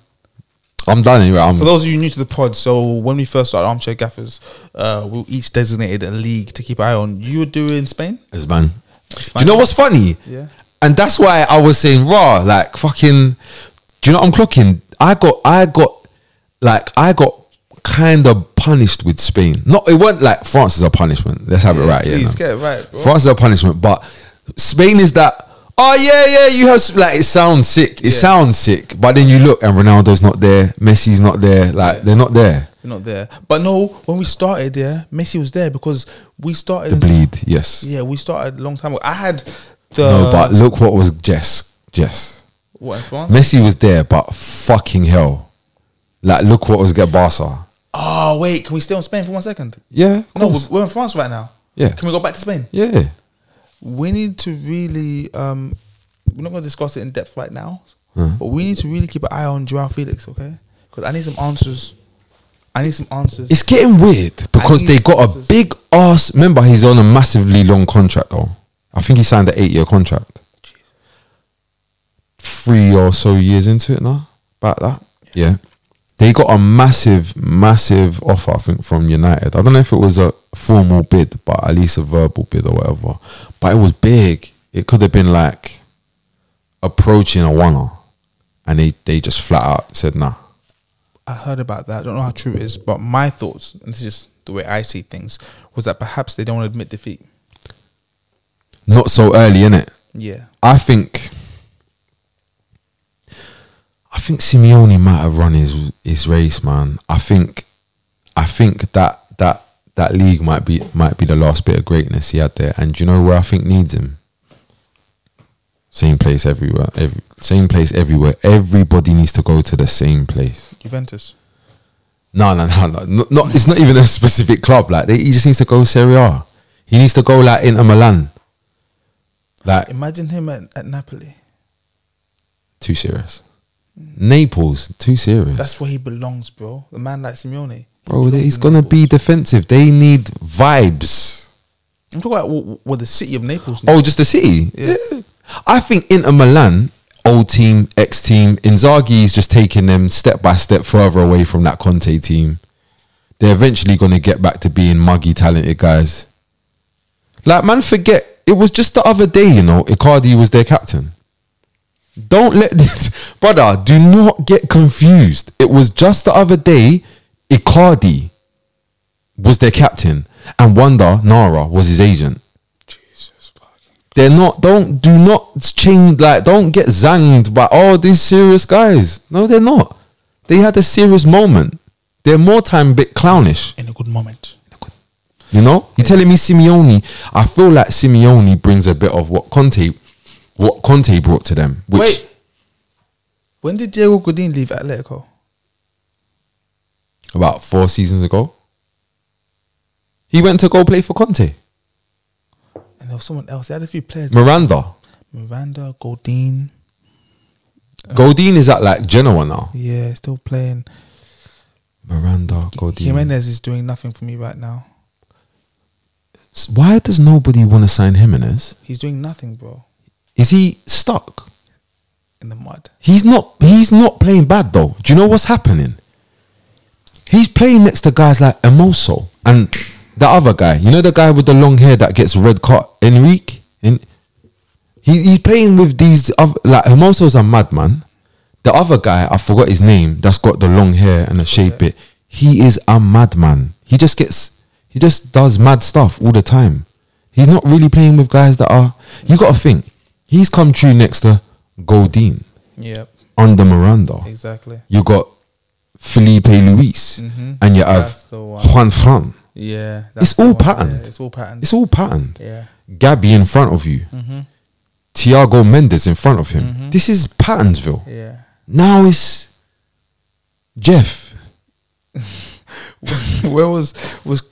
B: I'm done anyway. I'm
A: For those of you new to the pod, so when we first started Armchair Gaffers, uh, we each designated a league to keep an eye on. You were doing Spain?
B: Yes, man.
A: Spain.
B: Do you know what's funny?
A: Yeah.
B: And that's why I was saying raw, like fucking. Do you know what I'm clocking? I got, I got, like I got kind of punished with Spain. Not it wasn't like France is a punishment. Let's have it right.
A: Please
B: yeah,
A: get it right,
B: no.
A: bro.
B: France is a punishment, but Spain is that. Oh yeah, yeah. You have like it sounds sick. It
A: Yeah.
B: sounds sick, but then you look and Ronaldo's not there. Messi's not there. Like they're not there.
A: You're not there. But no, when we started, yeah, Messi was there because we started.
B: Bleed. Yes.
A: yeah, we started a long time ago. I had the.
B: No, but look what was Jess. Jess.
A: What, in France?
B: Messi was there, but fucking hell. Like, look what was get Barca.
A: Oh wait, can we stay on Spain for one second?
B: Yeah, of
A: No,
B: course.
A: we're we're in France right now.
B: Yeah.
A: Can we go back to Spain?
B: yeah.
A: We need to really. Um, we're not going to discuss it in depth right now, but we need to really keep an eye on Joao Felix, okay? Because I need some answers. I need some answers.
B: It's getting weird because
A: need
B: they got a
A: answers.
B: big ass. Remember, he's on a massively long contract though. I think he signed an eight year contract. Three or so years into it now, about that. Yeah. They got a massive, massive offer, I think, from United. I don't know if it was a formal bid, but at least a verbal bid or whatever. But it was big. It could have been like approaching a one and they, they just flat out said nah.
A: I heard about that. I don't know how true it is, but my thoughts, and this is just the way I see things, was that perhaps they don't want to admit defeat.
B: Not so early, innit?
A: Yeah.
B: I think I think Simeone might have run his his race, man. I think I think that that that league might be might be the last bit of greatness he had there. And do you know where I think needs him? Same place everywhere. Every, same place everywhere. Everybody needs to go to the same place.
A: Juventus.
B: No, no, no, no. Not, not it's not even a specific club. Like they, he just needs to go Serie A. He needs to go like Inter Milan. Like
A: Imagine him at, at Napoli.
B: too serious. Naples, too serious.
A: That's where he belongs, bro. The man like Simeone.
B: Bro, they- he's gonna be defensive. They need vibes.
A: I'm talking about what, what the city of Naples.
B: Oh, just the city. Yeah. I think Inter Milan, old team, ex team, Inzaghi is just taking them step by step further away from that Conte team. They're eventually gonna get back to being muggy, talented guys. Like man, forget it was just the other day. You know, Icardi was their captain. Don't let this, (laughs) brother. Do not get confused. It was just the other day. Icardi was their captain, and Wanda Nara was his agent.
A: Jesus fucking.
B: They're not. Don't do not change. Like don't get zanged by all these serious guys. No, they're not. They had a serious moment. They're more time a bit clownish.
A: In a good moment.
B: You know, you're telling me Simeone. I feel like Simeone brings a bit of what Conte, what Conte brought to them. Which
A: Wait. When did Diego Godin leave Atletico?
B: about four seasons ago, he went to go play for Conte.
A: And there was someone else. They had a few players.
B: Miranda,
A: Miranda, Godin.
B: Godin is at like Genoa now.
A: Yeah, still playing.
B: Miranda, Godin.
A: Jimenez is doing nothing for me right now.
B: S- Why does nobody want to sign Jimenez?
A: He's doing nothing, bro.
B: Is he stuck?
A: In the mud.
B: He's not. He's not playing bad though. Do you know what's happening? He's playing next to guys like Emoso and the other guy. You know the guy with the long hair that gets red card, Enrique. And he, he's playing with these other like Emoso's a madman. The other guy, I forgot his name. That's got the long hair and the shaved bit. He is a madman. He just gets. He just does mad stuff all the time. He's not really playing with guys that are. You got to think. He's come true next to Goldine
A: Yep.
B: under Miranda.
A: Exactly.
B: You got Felipe Luis, and
A: Mm-hmm.
B: you
A: That's
B: have
A: the one.
B: Juan Fran.
A: Yeah.
B: It's
A: the
B: all
A: one. Yeah,
B: patterned.
A: it's all patterned.
B: It's all patterned.
A: yeah.
B: Gabby in front of you. Thiago Mendes in front of him.
A: Mm-hmm.
B: This is Pattonsville.
A: Yeah.
B: Now it's Jeff.
A: (laughs) Where was was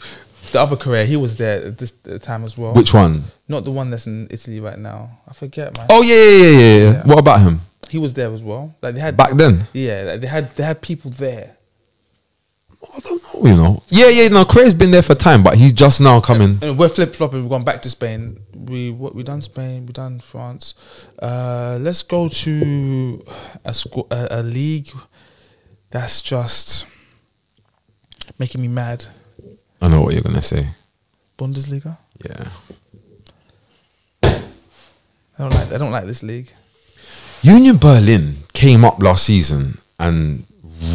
A: the other Korea? He was there at this uh, time as well.
B: Which one?
A: Not the one that's in Italy right now. I forget, man.
B: Oh yeah, yeah, yeah, yeah. yeah.
A: Yeah.
B: What about him
A: He was there as well. Like they had
B: back then?
A: Yeah, like they had they had people there.
B: I don't know. You know. Yeah, yeah. No, Craig's been there for time, but he's just now coming.
A: And we're flip flopping. We've gone back to Spain. We what we done Spain. We done France. Uh, let's go to a, squ- a a league that's just making me mad.
B: I know what you're gonna say.
A: Bundesliga.
B: Yeah.
A: I don't like. I don't like this league.
B: Union Berlin came up last season and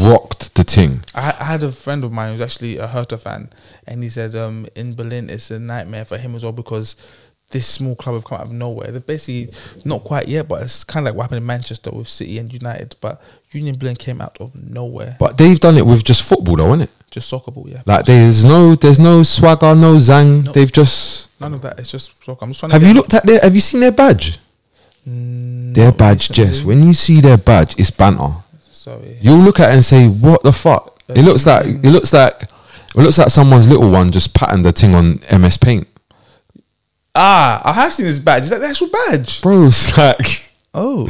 B: rocked the thing.
A: I, I had a friend of mine who's actually a Hertha fan, and he said um, in Berlin it's a nightmare for him as well because this small club have come out of nowhere. They're basically not quite yet, but it's kind of like what happened in Manchester with City and United. But Union Berlin came out of nowhere,
B: But they've done it with just football, though, isn't it?
A: just soccer ball, yeah.
B: Like there's no, there's no swagger, no zang.
A: No.
B: They've just.
A: None of that. It's just soccer. I'm just trying.
B: Have
A: to
B: you looked at their? Have you seen their badge?
A: Mm,
B: Their
A: not
B: badge,
A: recently.
B: Jess. When you see their badge, it's banter.
A: Sorry.
B: you look at it and say, "What the fuck?" It looks like it looks like it looks like someone's little one just patterned the thing on MS Paint,
A: ah, I have seen this badge. Is that the actual badge?
B: bro. It's (laughs) like,
A: Oh,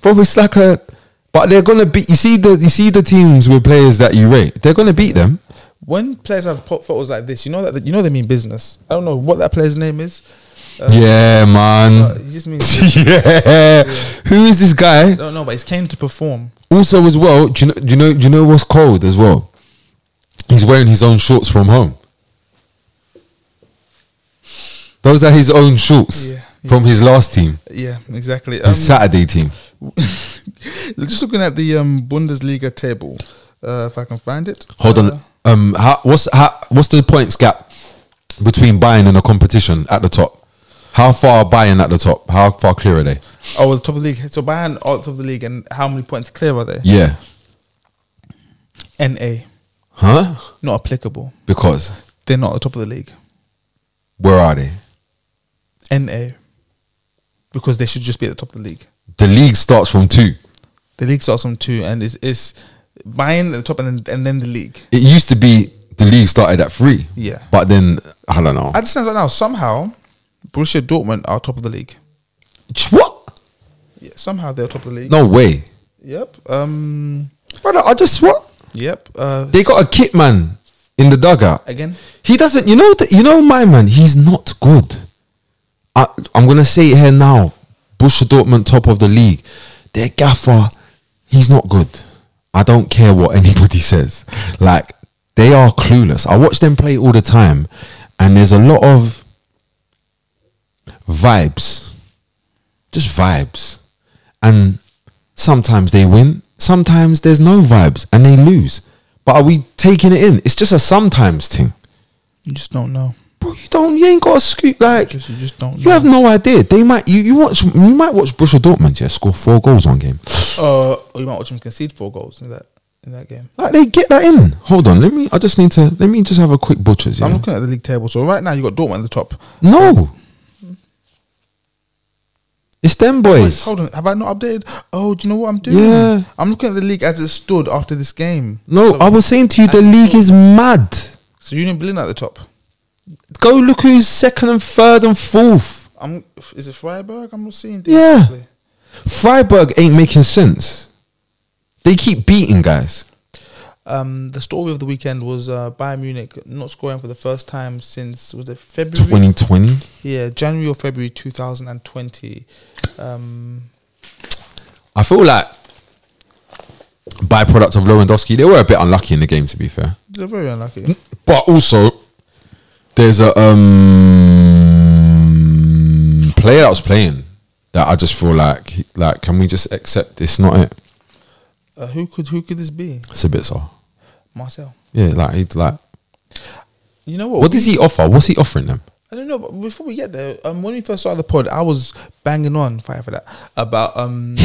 B: bro, it's like a. But they're gonna beat. You see the you see the teams with players that you rate. They're gonna beat them.
A: when players have pop photos like this, you know that you know they mean business. I don't know what that player's name is.
B: yeah, man.
A: He just means.
B: (laughs) yeah. Who is this guy?
A: I don't know, but he's came to perform.
B: Also, as well, do you know? Do you know? Do you know what's cold as well? He's wearing his own shorts from home. Those are his own shorts
A: Yeah,
B: from his last team.
A: Yeah, exactly.
B: The
A: Um,
B: Saturday team.
A: just looking at the um, Bundesliga table, uh, if I can find it.
B: Hold
A: Uh,
B: on. Um, how, what's how, what's the points gap between Bayern and the competition at the top? How far are Bayern at the top? How far clear are they?
A: Oh, the top of the league. So Bayern are top of the league, and how many points clear are they?
B: Yeah.
A: Na,
B: Huh?
A: not applicable.
B: Because
A: They're not at the top of the league.
B: where are they?
A: Na, because they should just be at the top of the league.
B: The league starts from two.
A: The league starts on two, and it's, it's Bayern at the top, and then, and then the league.
B: It used to be the league started at three.
A: Yeah.
B: But then I don't know.
A: As it stands right now, somehow Borussia Dortmund are top of the league.
B: Ch- what?
A: Yeah, somehow they're top of the league.
B: No way.
A: Yep. Um.
B: Brother, I just what?
A: Yep. Uh.
B: They got a kit man in the dugout.
A: Again.
B: He doesn't. You know. th- you know my man. He's not good. I, I'm gonna say it here now. Borussia Dortmund top of the league. Their gaffer, he's not good. I don't care what (laughs) anybody says. Like they are clueless. I watch them play all the time, and there's a lot of vibes, just vibes, and sometimes they win. Sometimes there's no vibes and they lose. But are we taking it in? It's just a sometimes thing
A: You just don't know.
B: bro, you don't, you ain't got a scoop. Like
A: Just you just don't.
B: you have no idea. They might, you, you watch, you might watch Borussia Dortmund yeah, score four goals one game.
A: Uh, or you might watch him concede four goals in that in that game.
B: Like they get that in. Hold on, let me. I just need to. Let me just have a quick butchers.
A: I'm
B: Yeah?
A: looking at the league table. So right now you got Dortmund at the top.
B: No, it's them boys.
A: Hold on, have I not updated? Oh, do you know what I'm doing?
B: Yeah.
A: I'm looking at the league as it stood after this game.
B: No,
A: so,
B: I was saying to you, the league is mad.
A: so Union Berlin at the top.
B: Go look who's second and third and fourth.
A: I'm. Is it Freiburg? I'm not seeing. things
B: Yeah.
A: properly.
B: Freiburg ain't making sense. They keep beating guys.
A: Um, the story of the weekend was uh, Bayern Munich not scoring for the first time since was it February?
B: Twenty twenty.
A: Yeah, January or February 2020. Um,
B: I feel like byproduct of Lewandowski, they were a bit unlucky in the game, to be fair.
A: they're very unlucky.
B: But also, there's a um, player that was playing that I just feel like, like, can we just accept it's not it?
A: Uh, who could who could this be?
B: It's a bit so.
A: Marcel.
B: Yeah, like he's like,
A: You know what?
B: what does he offer? What's he offering them?
A: I don't know, but before we get there, um, when we first started the pod, I was banging on fire for that (coughs) about um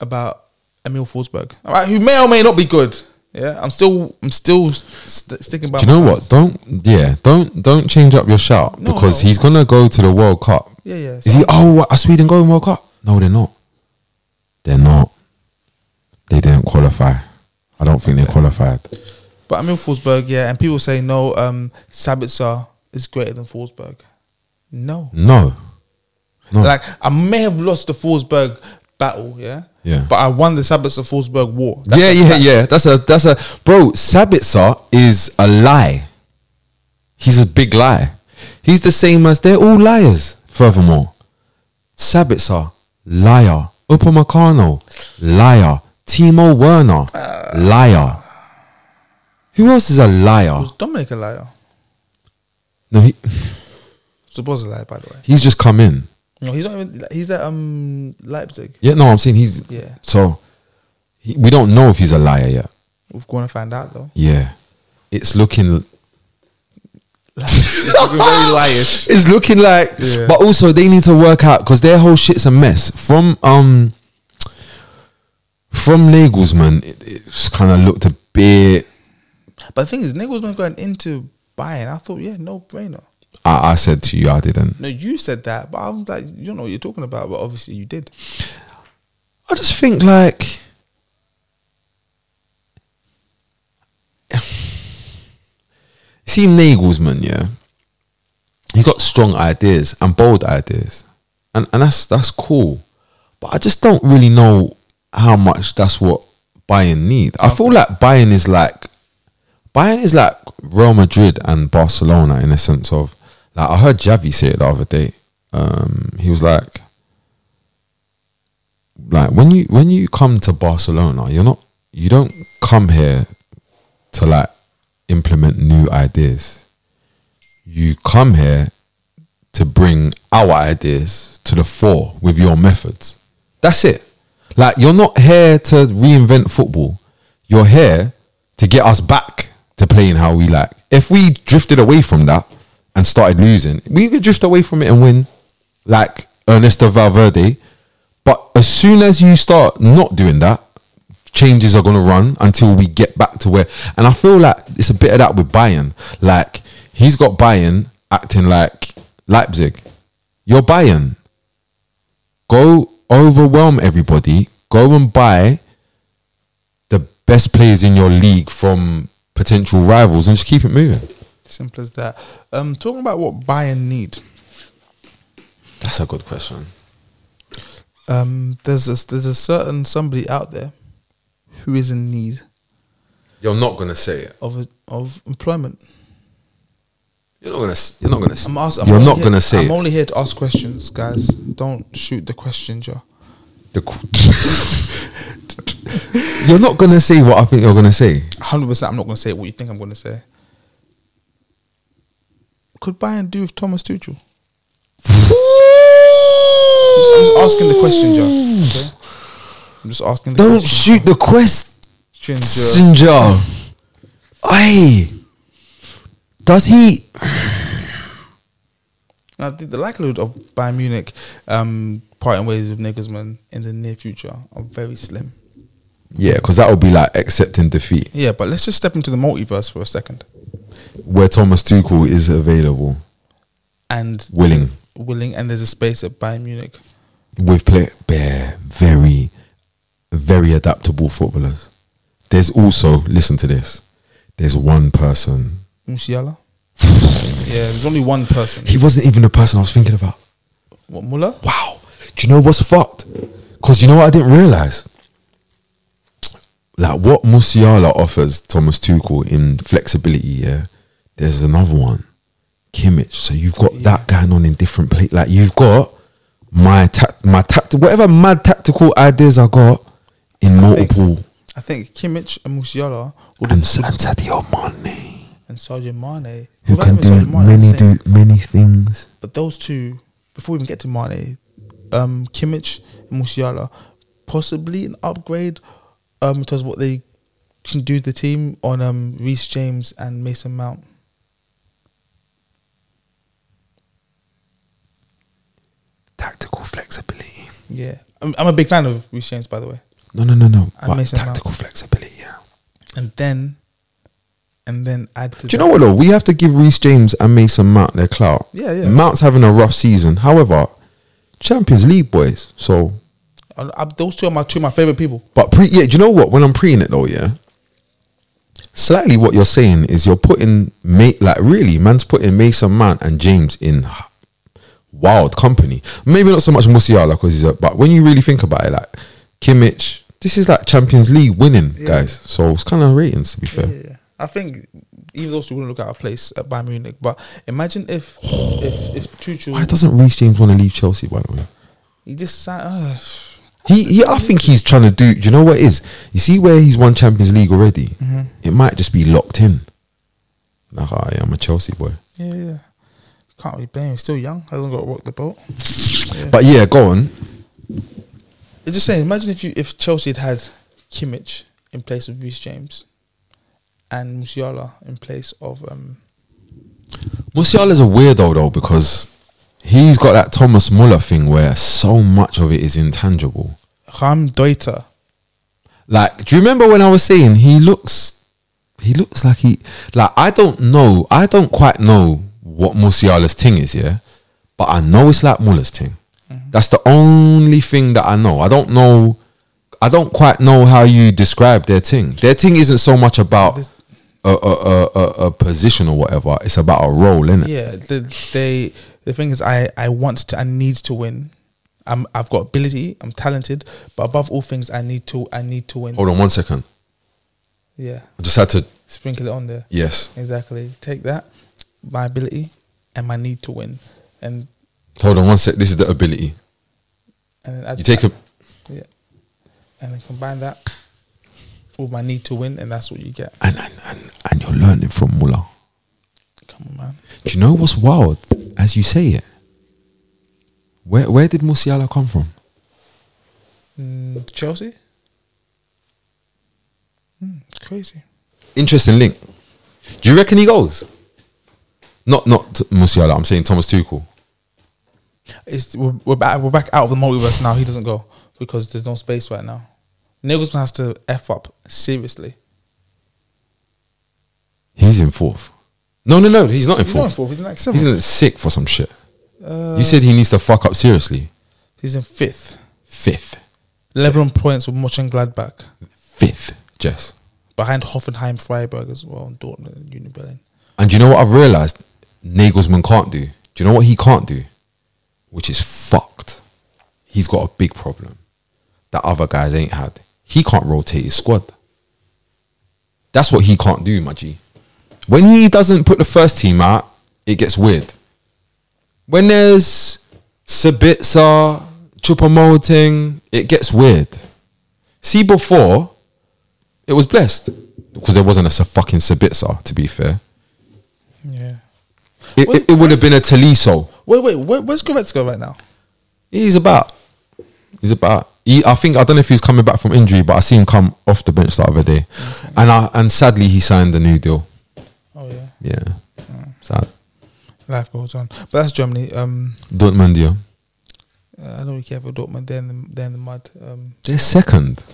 A: about Emil Forsberg, all right, who may or may not be good. Yeah, I'm still, I'm still st- sticking by.
B: Do you
A: my
B: know
A: guys.
B: what? Don't yeah, don't don't change up your shout
A: No,
B: because
A: no.
B: he's gonna go to the World Cup.
A: Yeah, yeah.
B: Is
A: so-
B: he? Oh, what, are Sweden going World Cup? No, they're not. They're not. They didn't qualify. I don't think they qualified.
A: But I'm in Forsberg, yeah, and people say no. Um, Sabitzer is greater than Forsberg. No,
B: No. No.
A: like I may have lost the Forsberg battle, yeah,
B: Yeah.
A: but I won the Sabitzer Forsberg war. That-
B: yeah, yeah, yeah. That's a that's a bro. Sabitzer is a lie. He's a big lie. He's the same as they're all liars. Furthermore, Sabitzer liar. Upamecano liar. Timo Werner
A: Uh.
B: liar. Who else is a liar?
A: was Dominic a liar?
B: No, he,
A: Supposed a liar, by the way.
B: he's just come in.
A: No, he's not even. He's at um Leipzig.
B: Yeah, no, I'm saying he's.
A: Yeah.
B: So he, we don't know if he's a liar yet.
A: We're going to find out
B: (laughs)
A: though.
B: Yeah, it's looking
A: it's looking (laughs) very liars.
B: (laughs) It's looking like,
A: Yeah.
B: but also they need to work out because their whole shit's a mess. From um, from Nagelsmann, it, it's kind of looked a bit.
A: But the thing is, Nagelsmann going into Bayern. I thought, yeah, no brainer.
B: I, I said to you, I didn't.
A: No, you said that, but I'm like, you don't know what you're talking about. But obviously, you did.
B: I just think like, (sighs) see Nagelsmann, yeah, he got strong ideas and bold ideas, and and that's that's cool, but I just don't really know how much that's what Bayern need. I feel like Bayern is like Bayern is like Real Madrid and Barcelona in a sense of like I heard Javi say it the other day. Um, he was like, like when you when you come to Barcelona, you're not you don't come here to like implement new ideas. You come here to bring our ideas to the fore with your methods. That's it. Like you're not here to reinvent football. You're here to get us back to playing how we like. If we drifted away from that and started losing, we could drift away from it and win, like Ernesto Valverde. But as soon as you start not doing that, changes are going to run until we get back to where. And I feel like it's a bit of that with Bayern. Like he's got Bayern acting like Leipzig. You're Bayern. Go overwhelm everybody. Go and buy the best players in your league from potential rivals and just keep it moving.
A: Simple as that. Um, talking about what Bayern need.
B: That's a good question.
A: Um, there's a, there's a certain somebody out there who is in need
B: You're not gonna say it.
A: of a, of employment.
B: You're not gonna. s- You're not gonna. s-
A: I'm ask, I'm
B: you're
A: only
B: not
A: here-
B: gonna say
A: I'm
B: it.
A: only here to ask questions, guys. Don't shoot the question, Joe.
B: The qu- (laughs) you're not gonna say what I think you're gonna say.
A: Hundred percent. I'm not going to say what you think I'm going to say. Could Bayern do with Thomas Tuchel? I'm just, I'm just asking the question, Joe. Okay? I'm just asking the
B: Don't
A: question.
B: shoot the question,
A: Joe.
B: Joe. Aye. Does he?
A: Now, the, the likelihood of Bayern Munich um, parting ways with Nagelsmann in the near future are very slim.
B: Yeah, because that would be like accepting defeat.
A: Yeah, but let's just step into the multiverse for a second.
B: Where Thomas Tuchel is available,
A: And
B: willing,
A: willing, and there's a space at Bayern Munich.
B: with play, bare, very, very adaptable footballers. There's also listen to this. There's one person. (laughs)
A: Musiala? yeah, there's only one person.
B: He wasn't even the person I was thinking about.
A: What, Muller?
B: wow, do you know what's fucked? Because you know what I didn't realize? Like what Musiala offers Thomas Tuchel in flexibility, yeah, there's another one, Kimmich. So you've got that going on in different play. Like you've got my tact, my tact, whatever mad tactical ideas I got in multiple
A: I think Kimmich and Musiala would,
B: and, Sa- and Sadio Mane,
A: and Sadio Mane.
B: who
A: Without
B: can
A: even
B: do
A: Sadio Mane,
B: many
A: I'm saying-
B: do many things.
A: But those two, before we even get to Mane, um, Kimmich and Musiala, possibly an upgrade um, in terms of what they can do to the team on um, Reece James and Mason Mount.
B: Tactical flexibility.
A: Yeah. I'm, I'm a big fan of Reece James, by the way.
B: No, no, no, no.
A: And
B: But
A: Mason Mount.
B: tactical flexibility, yeah.
A: and then and then add to
B: Do you
A: that-
B: know what though? We have to give Reece James and Mason Mount their clout.
A: Yeah, yeah.
B: Mount's having a rough season. However, Champions League boys. So,
A: And I- uh, those two are my two of my favorite people.
B: but pre yeah. Do you know what? When I'm preying it though, yeah. Slightly, what you're saying is you're putting mate like really, man's putting Mason Mount and James in h- wild company. Maybe not so much Musiala because he's a. But when you really think about it, like Kimmich, this is like Champions League winning guys. So it's kind of ratings to be fair.
A: Yeah, I think even those two wouldn't look out of place at Bayern Munich. But imagine if if if
B: Why
A: Tuchel
B: doesn't Reece James want to leave Chelsea? By the way.
A: he just signed. Uh,
B: He, he, I think he's trying to do. do You know what it is? You see where he's won Champions League already. It might just be locked in. Like, "Ah, yeah, I'm a Chelsea boy.
A: yeah, yeah, can't really blame. him. He's still young. Hasn't got to rock the boat.
B: But yeah, go on.
A: It's just saying. Imagine if you if Chelsea had had Kimmich in place of Reece James, and Musiala in place of um.
B: Musiala's a weirdo though because he's got that Thomas Muller thing where so much of it is intangible.
A: Ram Deuter.
B: Like, do you remember when I was saying he looks, he looks like he, like I don't know, I don't quite know what Musiala's thing is, yeah, but I know it's like Muller's thing. That's the only thing that I know. I don't know, I don't quite know how you describe their thing. Their thing isn't so much about
A: This-
B: a, a, a, a, a position or whatever. It's about a role, innit?
A: Yeah, the, they the thing is, I I want to, I need to win. I'm I've got ability. I'm talented, but above all things, I need to I need to win.
B: Hold on one second.
A: Yeah,
B: I just had to.
A: sprinkle it on there.
B: Yes.
A: Exactly. Take that, my ability and my need to win, and
B: Hold on one sec. This is the ability.
A: and then add
B: You take a.
A: yeah, and then combine that with my need to win, and that's what you get.
B: And, and, and, and you're learning from Muller.
A: Come on, man.
B: Do you know what's wild? As you say it, where where did Musiala come from?
A: Mm, Chelsea. Mm, crazy.
B: Interesting link. Do you reckon he goes? Not not t- Musiala. I'm saying Thomas Tuchel.
A: It's we're, we're back. We're back out of the multiverse now. He doesn't go because there's no space right now. Nagelsmann has to f up seriously.
B: He's in fourth. No, no, no. He's not in
A: He's not in
B: fourth.
A: fourth. He's in like
B: He's
A: seventh.
B: in sixth for some shit.
A: Uh,
B: you said he needs to fuck up seriously.
A: He's in fifth.
B: Fifth,
A: Eleven points with Mochen Gladbach.
B: fifth, Jess.
A: behind Hoffenheim, Freiburg as well, and Dortmund and Union Berlin.
B: And do you know what I've realized? Nagelsmann can't do. Do you know what he can't do? Which is fucked. He's got a big problem that other guys ain't had. He can't rotate his squad. That's what he can't do, my G. When he doesn't put the first team out, it gets weird. When there's Sabitzer, Chupamoting, it gets weird. See, before, it was blessed because there wasn't a s- fucking Sabitzer, to be fair.
A: Yeah.
B: It,
A: Well,
B: it, it would have been a Taliso.
A: Wait, wait, where, where's Goretzka right now?
B: He's about. He's about. He, I think I don't know if he's coming back from injury, but I see him come off the bench the other day, and I, and sadly he signed a new deal.
A: Oh yeah,
B: Yeah, sad.
A: life goes on. But that's Germany. Um,
B: Dortmund, yeah.
A: uh, I don't really care for Dortmund. They're in the, they're in the mud. Um,
B: They're second.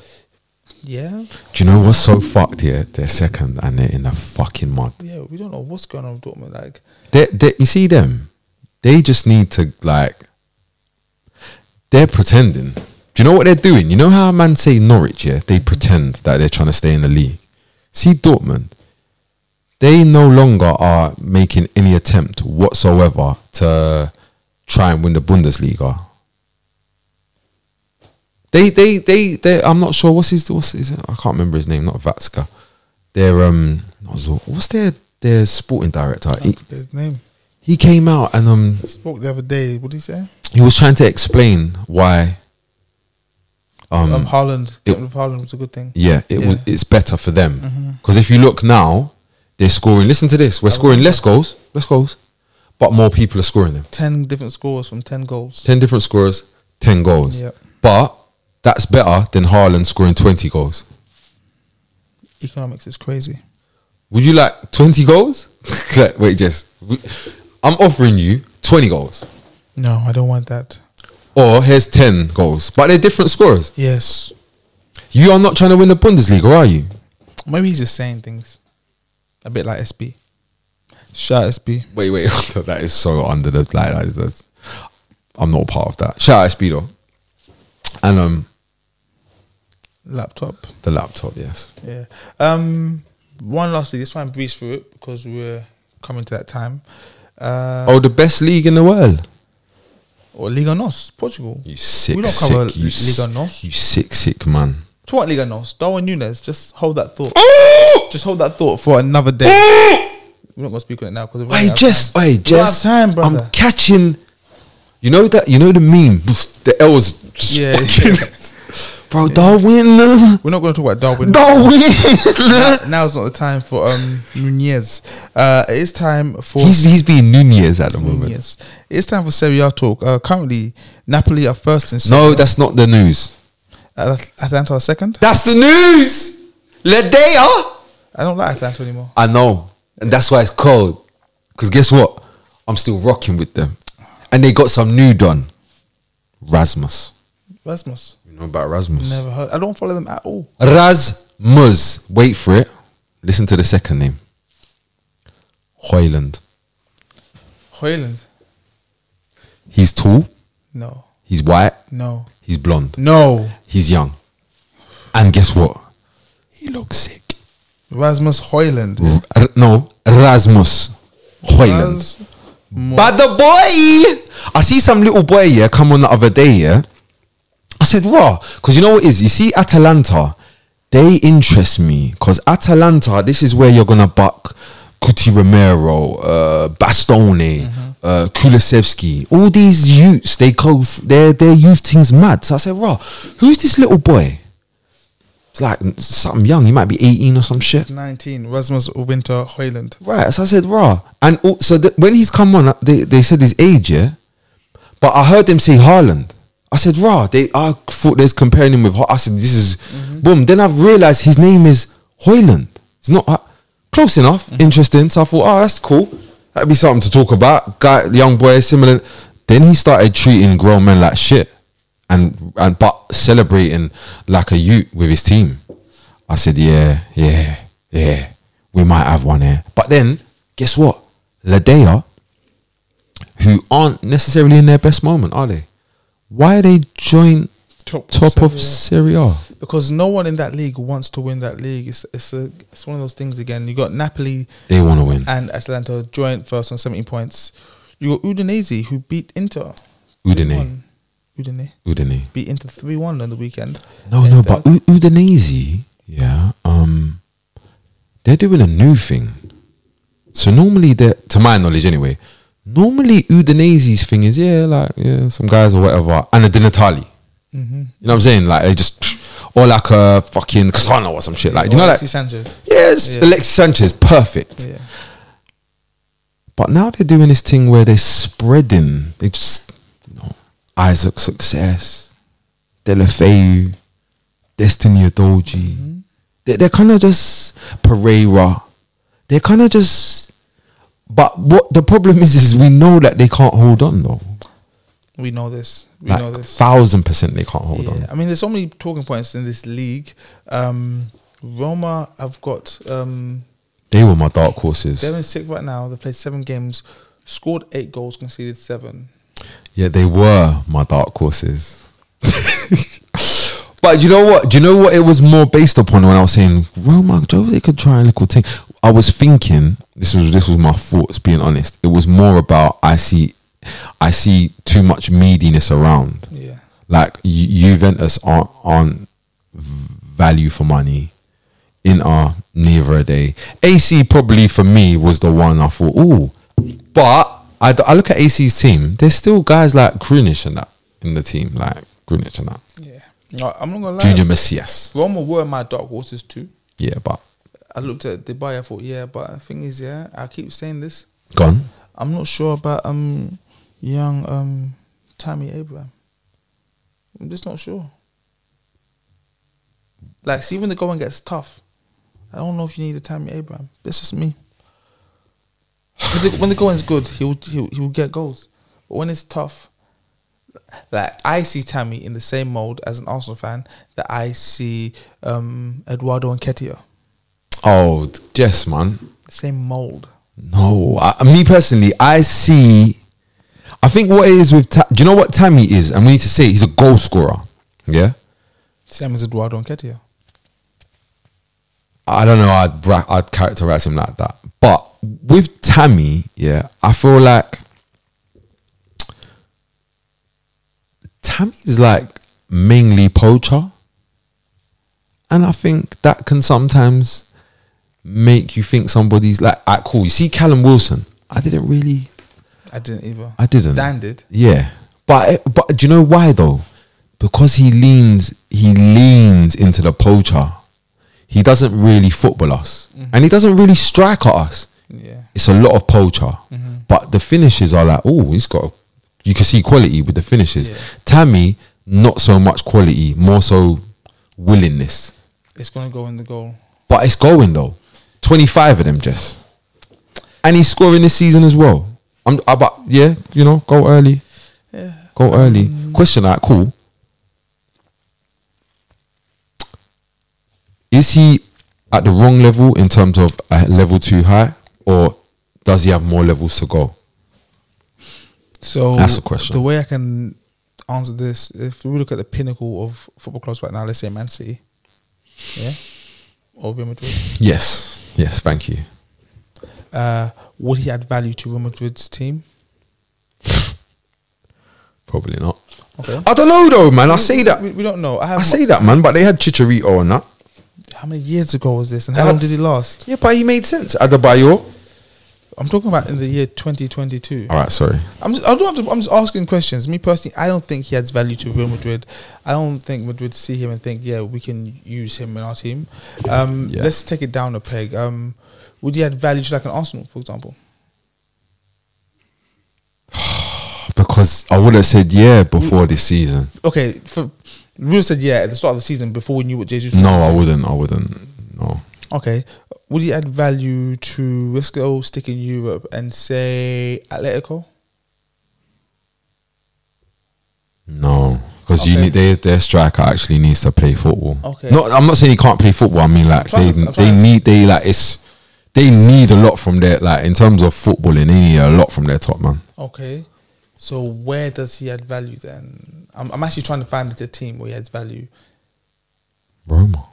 A: yeah,
B: Do you know what's so fucked? Yeah, they're second, and they're in the fucking mud.
A: yeah. We don't know what's going on with Dortmund. Like,
B: They, they, you see them? They just need to like. They're pretending. Do you know what they're doing? You know how man say Norwich, yeah? They pretend that they're trying to stay in the league. See Dortmund. They no longer are making any attempt whatsoever to try and win the Bundesliga. They, they, they, they. I'm not sure what's his, what's his. I can't remember his name. Not Vatska. Their um, not Zor- what's their their sporting director?
A: I
B: He-
A: forget his name.
B: he came out and um
A: I spoke the other day. What did he say?
B: he was trying to explain why um,
A: Um, Haaland.
B: it-
A: Getting rid of Haaland was a good thing.
B: yeah it was
A: Yeah. Mm-hmm.
B: it's better for them because if you look now they're scoring listen to this we're scoring less goals less goals but more people are scoring them
A: Ten different scores from ten goals.
B: 10 different scorers 10 goals
A: Yep.
B: but that's better than Haaland scoring 20 goals
A: Economics is crazy.
B: would you like 20 goals (laughs) Like, wait Jess w- I'm offering you 20 goals
A: No, I don't want that.
B: or here's 10 goals but they're different scorers
A: Yes.
B: you are not trying to win the Bundesliga are you
A: Maybe he's just saying things. A bit like SB. Shout out SB.
B: Wait, (laughs) wait, that is so under the like. That is, that's, I'm not part of that. Shout out Speedo, and um,
A: Laptop.
B: the laptop. Yes,
A: Yeah. Um. One last thing. Let's try and breeze through it because we're coming to that time. Uh,
B: Oh, the best league in the world.
A: Or Liga Nos, Portugal.
B: You sick,
A: We don't
B: sick.
A: cover
B: you, s-
A: Liga Nos.
B: you sick, sick man.
A: To what Liga Nos? Darwin Nunes. Just hold that thought.
B: Oh,
A: just hold that thought for another day. we're not gonna speak on it now because
B: Hey, just, hey,
A: We don't
B: just.
A: have time, brother.
B: I'm catching. You know that. You know the meme. (laughs) The L's. Just
A: Yeah,
B: fucking- (laughs) Bro, Darwin. (laughs) uh,
A: We're not gonna talk about Darwin.
B: Darwin.
A: (laughs) now, now's not the time for um Nunez. Uh, it is time for
B: he's he's being Nunez at the
A: (laughs)
B: moment.
A: Nunez. It's time for Serie A talk. Uh, currently, Napoli are first and
B: No, that's not the news.
A: Atlanta are second.
B: That's the news. Ledea.
A: I don't like Atlanta anymore.
B: I know, and that's why it's cold. Because guess what? I'm still rocking with them, and they got some new done. Rasmus.
A: Rasmus.
B: You know about Rasmus?
A: Never heard. I don't follow them at all.
B: Rasmus. Wait for it. Listen to the second name. Hoyland.
A: Hoyland.
B: He's tall.
A: No.
B: He's white.
A: No.
B: He's blonde.
A: No.
B: He's young. And guess what? He looks sick.
A: Rasmus Hoyland.
B: R- no, Rasmus Hoyland.
A: Rasmus.
B: But the boy, I see some little boy here come on the other day. Yeah, I said raw because you know what it is. You see Atalanta, they interest me because Atalanta. This is where you're gonna buck Kuti Romero, uh, Bastone, uh, Kulisevsky. All these youths, they go f- their their youth things mad. So I said raw, who's this little boy? It's like something young. He might be eighteen or some shit.
A: 19. Rasmus Winter Hoyland.
B: Right, so I said raw, and al- so the, when he's come on, uh, they, they said his age, yeah. But I heard them say Haaland. I said raw. They I thought they was comparing him with. Ha- I said this is boom. Then I've realised his name is Hoyland. It's not Ha- close enough. Interesting. So I thought, oh, that's cool. That'd be something to talk about. Guy, young boy, similar. Then he started treating grown men like shit, and and but celebrating like a youth with his team. I said, yeah, yeah, yeah, we might have one here. But then, guess what? Ladea, who aren't necessarily in their best moment, are they? Why are they joint
A: Top,
B: top
A: seven,
B: of
A: yeah.
B: Serie A?
A: Because no one in that league wants to win that league. It's it's a, it's one of those things again. You got Napoli
B: They want to win.
A: and Atalanta joint first on 17 points. You got Udinese who beat Inter.
B: Udine,
A: One. Udine
B: Udine.
A: beat Inter 3 1 on the weekend.
B: No,
A: And
B: no,
A: that-
B: but U- Udinese, yeah, um, they're doing a new thing. So normally, they to my knowledge anyway, normally Udinese's thing is yeah, like yeah, some guys or whatever, and a Di Natale. You know what I'm saying? Like they just or like a fucking Casano or some shit. Like you know, like
A: Alexis Sanchez.
B: yes,
A: Yeah.
B: Alexis Sanchez, perfect.
A: Yeah.
B: But now they're doing this thing where they're spreading. They just, you know, Isaac Success, Delafeu, Destiny Adoji.
A: Mm-hmm.
B: They, they're kind of just Pereira. They're kind of just. But what the problem is, is we know that they can't hold on though.
A: We know this. We know
B: Like
A: this.
B: thousand percent, they can't hold on.
A: I mean, there's so many talking points in this league. Um, Roma have got um,
B: They were my dark horses.
A: they're in sixth right now. They played seven games, scored eight goals, conceded seven.
B: Yeah, they were my dark horses. but you know what? Do you know what it was more based upon when I was saying Roma, Jose could try a little thing. I was thinking this was this was my thoughts, being honest. It was more about I see I see too much meatiness around.
A: Yeah,
B: Like Ju- Juventus aren't aren't value for money. In our neither a day. AC probably for me was the one I thought, ooh. But I, d- I look at AC's team, there's still guys like Grunish and that in the team, like Grunish and that.
A: yeah. No, I'm not gonna lie.
B: Junior Messias.
A: Roma were my dark horses too.
B: Yeah, but
A: I looked at Dubai. I thought, yeah, but the thing is, yeah, I keep saying this.
B: gone.
A: I'm not sure about um young um Tammy Abraham. I'm just not sure. Like, see when the going gets tough, I don't know if you need a Tammy Abraham. That's just me. When the, when the going's good, he'll he'll he'll get goals. But when it's tough, like I see Tammy in the same mold as an Arsenal fan that I see um Eduardo and Ketia.
B: Oh, Jess, man.
A: The same mold.
B: No, I, me personally, I see. I think what it is with Ta- do you know what Tammy is, and we need to say it, he's a goal scorer. Yeah,
A: Same as Eduardo and Ketia.
B: I don't know. I'd ra- I'd characterize him like that, but with Tammy, yeah, I feel like Tammy's like mainly poacher, and I think that can sometimes make you think somebody's like, ah, cool. You see, Callum Wilson, I didn't really
A: I didn't either.
B: I didn't.
A: Dan did.
B: Yeah, but eh, but do you know why though? Because he leans he leans into the poacher. He doesn't really football us, and he doesn't really strike at us.
A: Yeah.
B: It's a lot of poacher, but the finishes are like, oh, he's got. You can see quality with the finishes.
A: Yeah.
B: Tammy, not so much quality, more so willingness.
A: It's going to go in the goal.
B: But it's going though. 25 of them, Jess. And he's scoring this season as well. I'm I- but yeah, you know, go early.
A: Yeah.
B: Go early. Question that, cool. Is he at the wrong level in terms of a level too high? Or does he have more levels to go?
A: So
B: That's the question.
A: The way I can answer this, if we look at the pinnacle of football clubs right now, let's say Man City, yeah, or Real Madrid,
B: Yes. Yes, thank you.
A: uh, would he add value to Real Madrid's team?
B: Probably not.
A: Okay,
B: I don't know though, man. I say that.
A: we, we don't know. I have
B: I say that, man, but they had Chicharito and that.
A: how many years ago was this, and
B: I
A: how long
B: have-
A: did he last?
B: Yeah, but he made sense. Adebayo.
A: I'm talking about in the year 2022.
B: All right, sorry.
A: I'm just, I don't have to, I'm just asking questions. Me personally, I don't think he adds value to Real Madrid. I don't think Madrid see him and think, yeah, we can use him in our team. Um,
B: Yeah.
A: Let's take it down a peg. Um, would he add value to like an Arsenal, for example?
B: Because I would have said yeah before this season.
A: Okay, for we would've said yeah at the start of the season before we knew what Jesus.
B: No, I wouldn't. I wouldn't. No.
A: Okay, would he add value to let's go stick in Europe and say Atletico?
B: No. Because you
A: Okay.
B: need their their striker actually needs to play football.
A: Okay.
B: Not I'm not saying he can't play football. I mean like
A: trying
B: they
A: to- I'm
B: they
A: trying to-
B: need they like it's they need a lot from their like in terms of footballing, they need a lot from their top man.
A: Okay, so where does he add value then? I'm, I'm actually trying to find the team where he adds value.
B: Roma.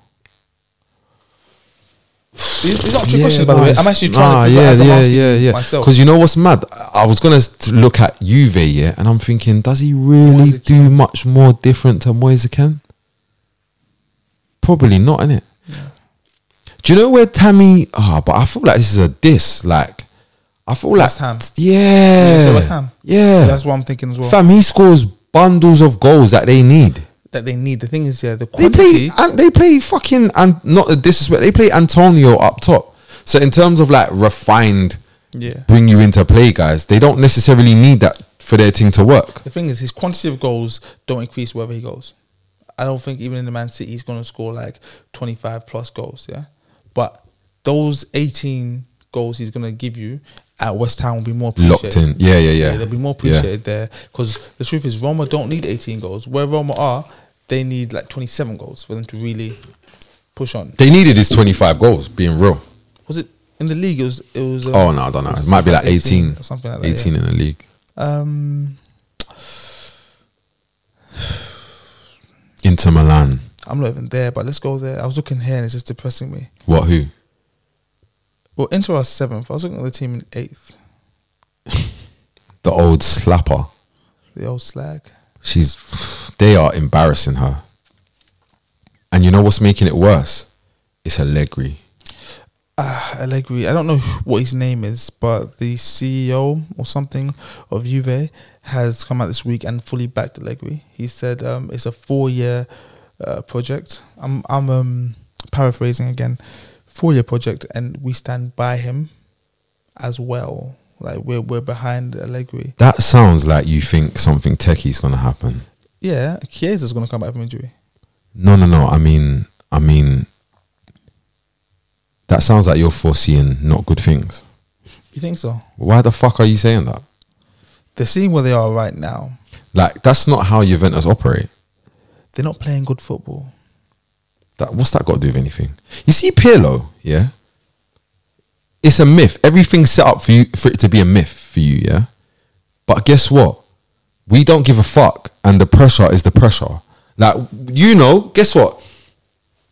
A: It's it's not a trick question, by the way.
B: nice.
A: I'm actually
B: Nah,
A: trying to figure
B: yeah,
A: out as I'm
B: yeah,
A: asking
B: yeah,
A: you
B: yeah.
A: myself.
B: Because you know what's mad? I I was gonna s- to look at Juve, yeah, and I'm thinking, does he really
A: Moise
B: do much more different to Moise Ken? Probably not, innit? Do you know where Tammy? Ah, but I feel like this is a diss. Like, I feel like
A: West Ham.
B: Yeah,
A: You say West Ham?
B: Yeah,
A: That's what I'm thinking as well.
B: fam. He scores bundles of goals that they need.
A: that they need. The thing is, yeah, the
B: They play
A: quantity.
B: and they play fucking and not the disrespect. They play Antonio up top. So in terms of like refined,
A: Yeah.
B: bring you into play, guys. They don't necessarily need that for their team to work.
A: The thing is, his quantity of goals don't increase wherever he goes. I don't think even in the Man City, he's going to score like 25 plus goals. Yeah, but those 18 goals he's going to give you at West Ham will be more appreciated.
B: Locked in, yeah, yeah, yeah.
A: they'll be more
B: Yeah.
A: appreciated there because the truth is, Roma don't need 18 goals. Where Roma are, they need like 27 goals for them to really push on.
B: They needed his twenty-five goals. Being real.
A: was it in the league? It was. It was. um,
B: Oh no, I don't know. It might be like eighteen,
A: or something like that.
B: eighteen in the league.
A: Yeah. Um,
B: Inter Milan.
A: I'm not even there, but let's go there. I was looking here, and it's just depressing me.
B: What? Who?
A: Well, Inter are seventh. I was looking at the team in eighth.
B: The old slapper.
A: The old slag.
B: She's. They are embarrassing her. And you know what's making it worse? It's Allegri.
A: Ah, Allegri. I don't know what his name is, but the CEO or something of Juve has come out this week and fully backed Allegri. He said um, it's a four-year uh, project. I'm I'm um, paraphrasing again. Four-year project, and we stand by him as well. Like we're we're behind Allegri.
B: That sounds like you think something techie's gonna happen.
A: Yeah, Chiesa's going to come back from injury.
B: No, no, no. I mean, I mean, that sounds like you're foreseeing not good things.
A: You think so?
B: Why the fuck are you saying that?
A: They're seeing where they are right now.
B: Like, that's not how Juventus operate.
A: They're not playing good football.
B: That what's that got to do with anything? You see, Pirlo, yeah, it's a myth. Everything's set up for you for it to be a myth for you, yeah. But guess what? We don't give a fuck, and the pressure is the pressure. Like you know, guess what?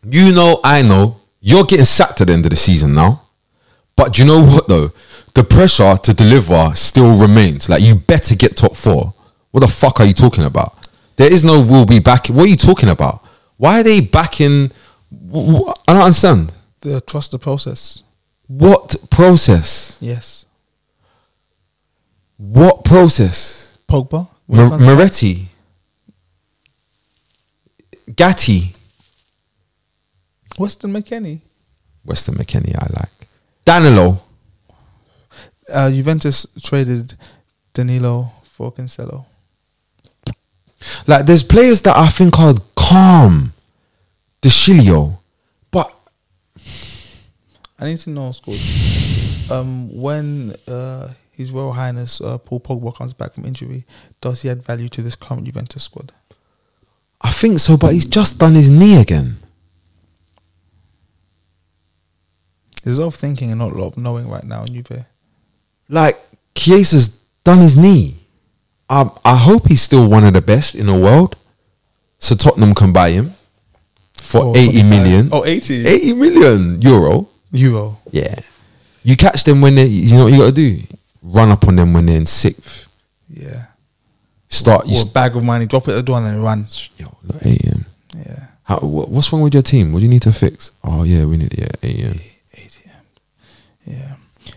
B: You know, I know. You're getting sacked at the end of the season now. But do you know what though? The pressure to deliver still remains. Like you better get top four. What the fuck are you talking about? There is no we'll be back. What are you talking about? Why are they backing? wh- wh- I don't understand.
A: The trust the process.
B: What process?
A: Yes.
B: What process?
A: Pogba.
B: Mer- Moretti, Gatti,
A: Weston McKennie.
B: Weston McKennie. I like Danilo.
A: Uh, Juventus traded Danilo for Cancelo.
B: Like there's players that I think are calm, DeCilio, but
A: I need to know scores. Um, when uh, His Royal Highness uh, Paul Pogba comes back from injury, does he add value to this current Juventus squad?
B: I think so. But he's just done his knee again.
A: There's a lot of thinking and not a lot of knowing right now in Juve.
B: Like Chiesa's done his knee. I I hope he's still one of the best in the world, so Tottenham can buy him for
A: Oh,
B: eighty
A: 25.
B: million.
A: Oh, 80.
B: 80 million euro.
A: Euro.
B: Yeah. You catch them when they, you know what you got to do? Run up on them when they're in sixth.
A: Yeah.
B: Start, you,
A: Or a
B: st-
A: bag of money, drop it at the door and then run.
B: yo, look, 8 a.m.
A: Yeah.
B: How, wha- what's wrong with your team? What do you need to fix? Oh, yeah, we need, yeah, 8 a.m.
A: ATM. Yeah.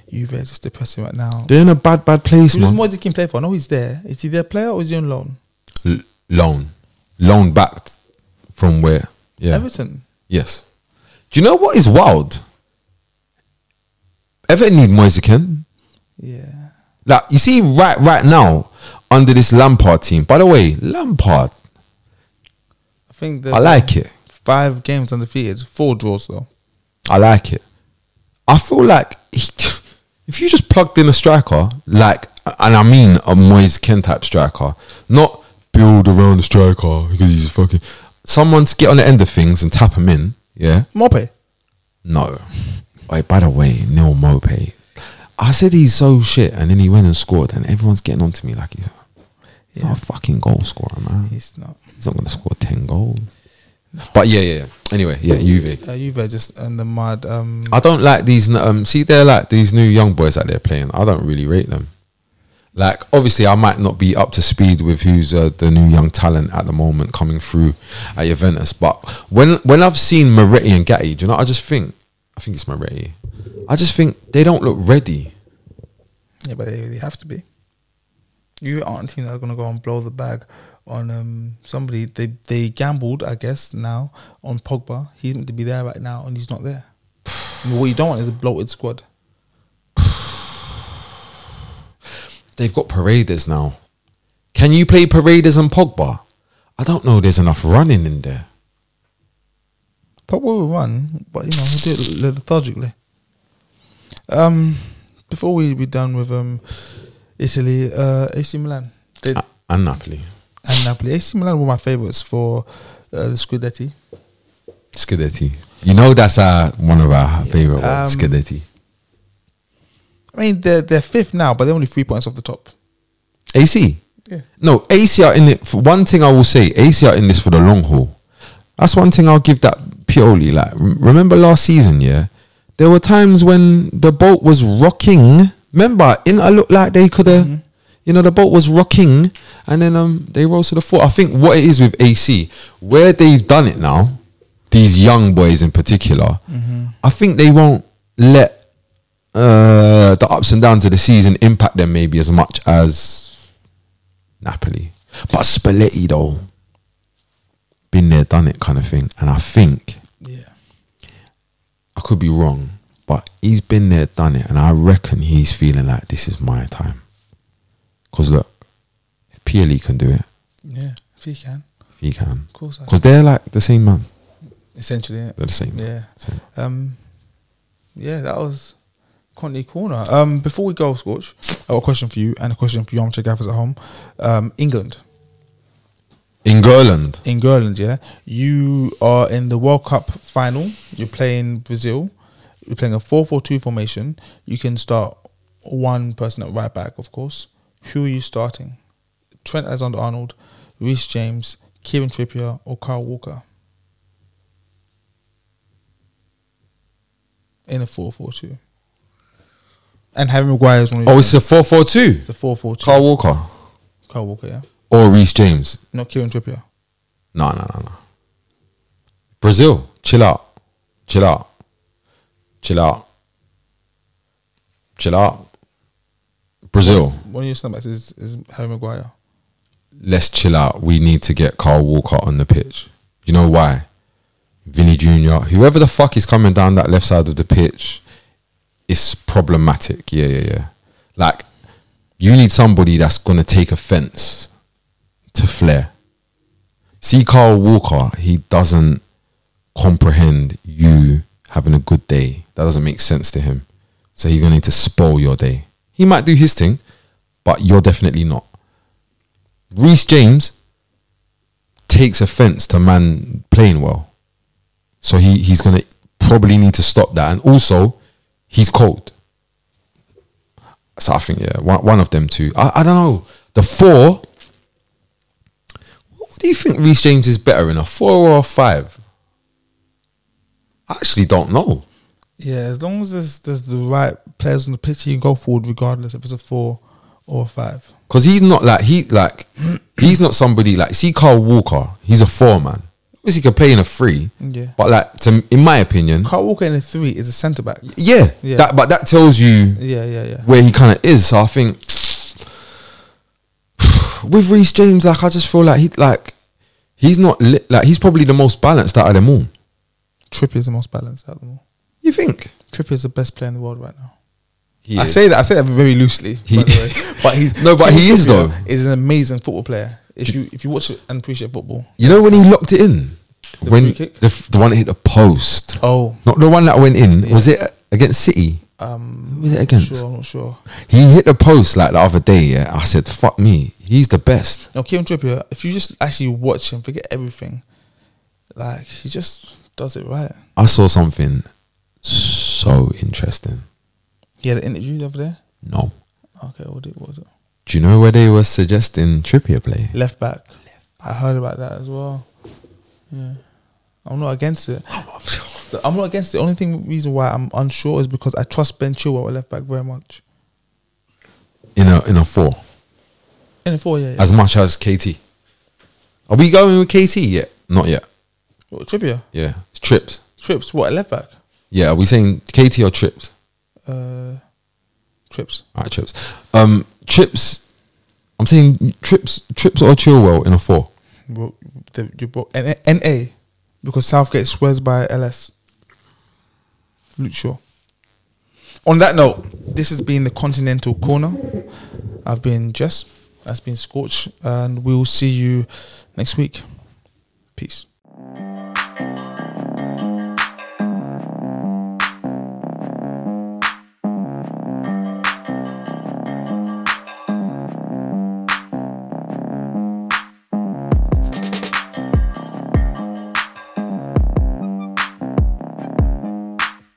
A: Juve is just depressing right now.
B: They're in a bad, bad place,
A: Who's
B: man.
A: more can play for? No, he's there. Is he their player or is he on loan?
B: L- loan. Loan backed from where? Yeah.
A: Everton.
B: Yes. Do you know what is wild? Everton need Moise Kean.
A: Yeah.
B: Like you see, right right now under this Lampard team. By the way, Lampard,
A: I think
B: I like it.
A: five games undefeated, four draws though.
B: I like it. I feel like he, (laughs) if you just plugged in a striker, like, and I mean a Moise Ken type striker, not build around the striker because he's fucking. Someone to get on the end of things and tap him in, yeah?
A: Mope.
B: No. Wait, by the way, Neil Mope. I said he's so shit, and then he went and scored, and everyone's getting on to me like he's, he's not a fucking goal scorer, man.
A: He's not.
B: He's not going to score 10 goals. But yeah, yeah, yeah. Anyway, yeah, Juve.
A: Uh, Juve just in the mud. Um,
B: I don't like these. Um, see, they're like these new young boys that they're playing. I don't really rate them. Like, obviously, I might not be up to speed with who's uh, the new young talent at the moment coming through at Juventus. But when when I've seen Moretti and Gatti, do you know, I just think, I think it's Moretti. I just think they don't look ready.
A: yeah, but they, they have to be. You aren't a team that are gonna go and blow the bag on um somebody. They they gambled, I guess, now on Pogba. He's meant to be there right now, and he's not
B: (sighs)
A: there. I mean, what you don't want is a bloated squad.
B: They've got Paredes now. Can you play Paredes and Pogba? I don't know. There's enough running in there.
A: Pogba will run, but you know he'll do it lethargically. Um, before we be done with um Italy, uh, AC Milan. They,
B: A- And Napoli.
A: and Napoli. AC Milan were my favourites for uh, the Scudetti.
B: Scudetti. You know that's uh, one of our favorite
A: Um,
B: words, Scudetti.
A: I mean, they're they're fifth now, but they're only three points off the top.
B: AC.
A: Yeah.
B: No, AC are in it. For one thing I will say, AC are in this for the long haul. That's one thing I'll give that Pioli. Like, rem- remember last season, yeah? There were times when the boat was rocking. Remember, Inter looked like they could have, you know, the boat was rocking and then um they rose to the fore. I think what it is with AC, where they've done it now, these young boys in particular, I think they won't let uh, the ups and downs of the season impact them maybe as much as Napoli. But Spalletti though, been there, done it kind of thing. And I think
A: Yeah.
B: I could be wrong, but he's been there, done it, and I reckon he's feeling like this is my time. Cause look, if Pioli can do it,
A: Yeah. If you can,
B: if he can,
A: of course. I
B: cause they're like the same man.
A: Essentially, yeah.
B: They're the same.
A: yeah.
B: Same.
A: Um, yeah, that was Conti Corner. Um, before we go, Scorch, I've got a question for you and a question for your armchair gaffers at home. Um, England.
B: in Gerland.
A: in Gerland, yeah, you are in the World Cup final. You're playing Brazil. You're playing a 4 4 2 formation. You can start one person at right back, of course. Who are you starting? Trent Alexander Arnold, Reece James, Kieran Trippier, or Kyle Walker? In a 4 4 2. And Harry Maguire is one of your
B: Oh, it's a four-four-two.
A: it's a 4 4 2.
B: Carl Walker
A: Kyle Walker, yeah.
B: or Reece James.
A: Not Kieran Trippier.
B: No, no, no, no. Brazil, chill out, chill out, chill out, chill out. Brazil,
A: One of your centre backs is, is Harry Maguire.
B: let's chill out. We need to get Carl Walker on the pitch. You know why? Vinny Jr., whoever the fuck is coming down that left side of the pitch, it's problematic. Yeah, yeah, yeah. Like, you need somebody that's going to take offense to Flair. See, Carl Walker, he doesn't comprehend you having a good day. That doesn't make sense to him. So he's going to need to spoil your day. He might do his thing, but you're definitely not. Reese James takes offense to man playing well. So he, he's going to probably need to stop that. And also, he's cold. So I think, yeah, one, one of them two. I, I don't know. The four. What do you think Reese James is better in, a four or a five? I actually don't know.
A: Yeah, as long as there's, there's the right players on the pitch, he can go forward regardless if it's a four or a five.
B: Cause he's not like he like (clears throat) he's not somebody like see Carl Walker. He's a four man. Obviously, he could play in a three.
A: Yeah.
B: But like, to, in my opinion,
A: Carl Walker in a three is a centre back.
B: yeah,
A: Yeah.
B: That but that tells you
A: Yeah, yeah, yeah.
B: where he kind of is. So I think (sighs) with Reece James, like I just feel like he like he's not li- like he's probably the most balanced out of them all.
A: Trippier is the most balanced out of them all.
B: You think?
A: Trippier is the best player in the world right now.
B: He
A: I
B: is.
A: say that I say that very loosely,
B: He-
A: by the (laughs) way. But he's
B: No, but he is,
A: Trippier
B: though.
A: Is an amazing football player. If you if you watch it and appreciate football.
B: you know when he locked it in
A: The
B: when
A: free kick?
B: the f- the one that hit the post,
A: Oh,
B: not the one that went in. Was it against City?
A: um,
B: Who was it
A: I'm not
B: against?
A: sure, I'm not sure.
B: He hit the post like the other day. Yeah, I said, "Fuck me, he's the best."
A: Now, Kieran Trippier, if you just actually watch him, forget everything. Like he just does it right.
B: I saw something so interesting.
A: He had an interview the other day.
B: No,
A: Okay, what, did, what was it?
B: do you know where they were suggesting Trippier play?
A: Left back. I heard about that as well. Yeah. (laughs) I'm not against it. But I'm not against it. The only thing reason why I'm unsure is because I trust Ben Chilwell at left back very much.
B: In a in a four,
A: In the four, yeah. yeah.
B: as much as KT. Are we going with KT yet? Not yet.
A: What, Trippier,
B: Yeah, it's trips.
A: trips. What at left back?
B: Yeah, are we saying KT or trips?
A: Uh, trips.
B: All right, trips. Um, trips. I'm saying trips, trips or Chilwell in a four.
A: Well, the, you brought N- NA because Southgate swears by LS. Luke Shaw. On that note, this has been the Continental Corner. I've been Jess. That's been Scorch, and we will see you next week. Peace.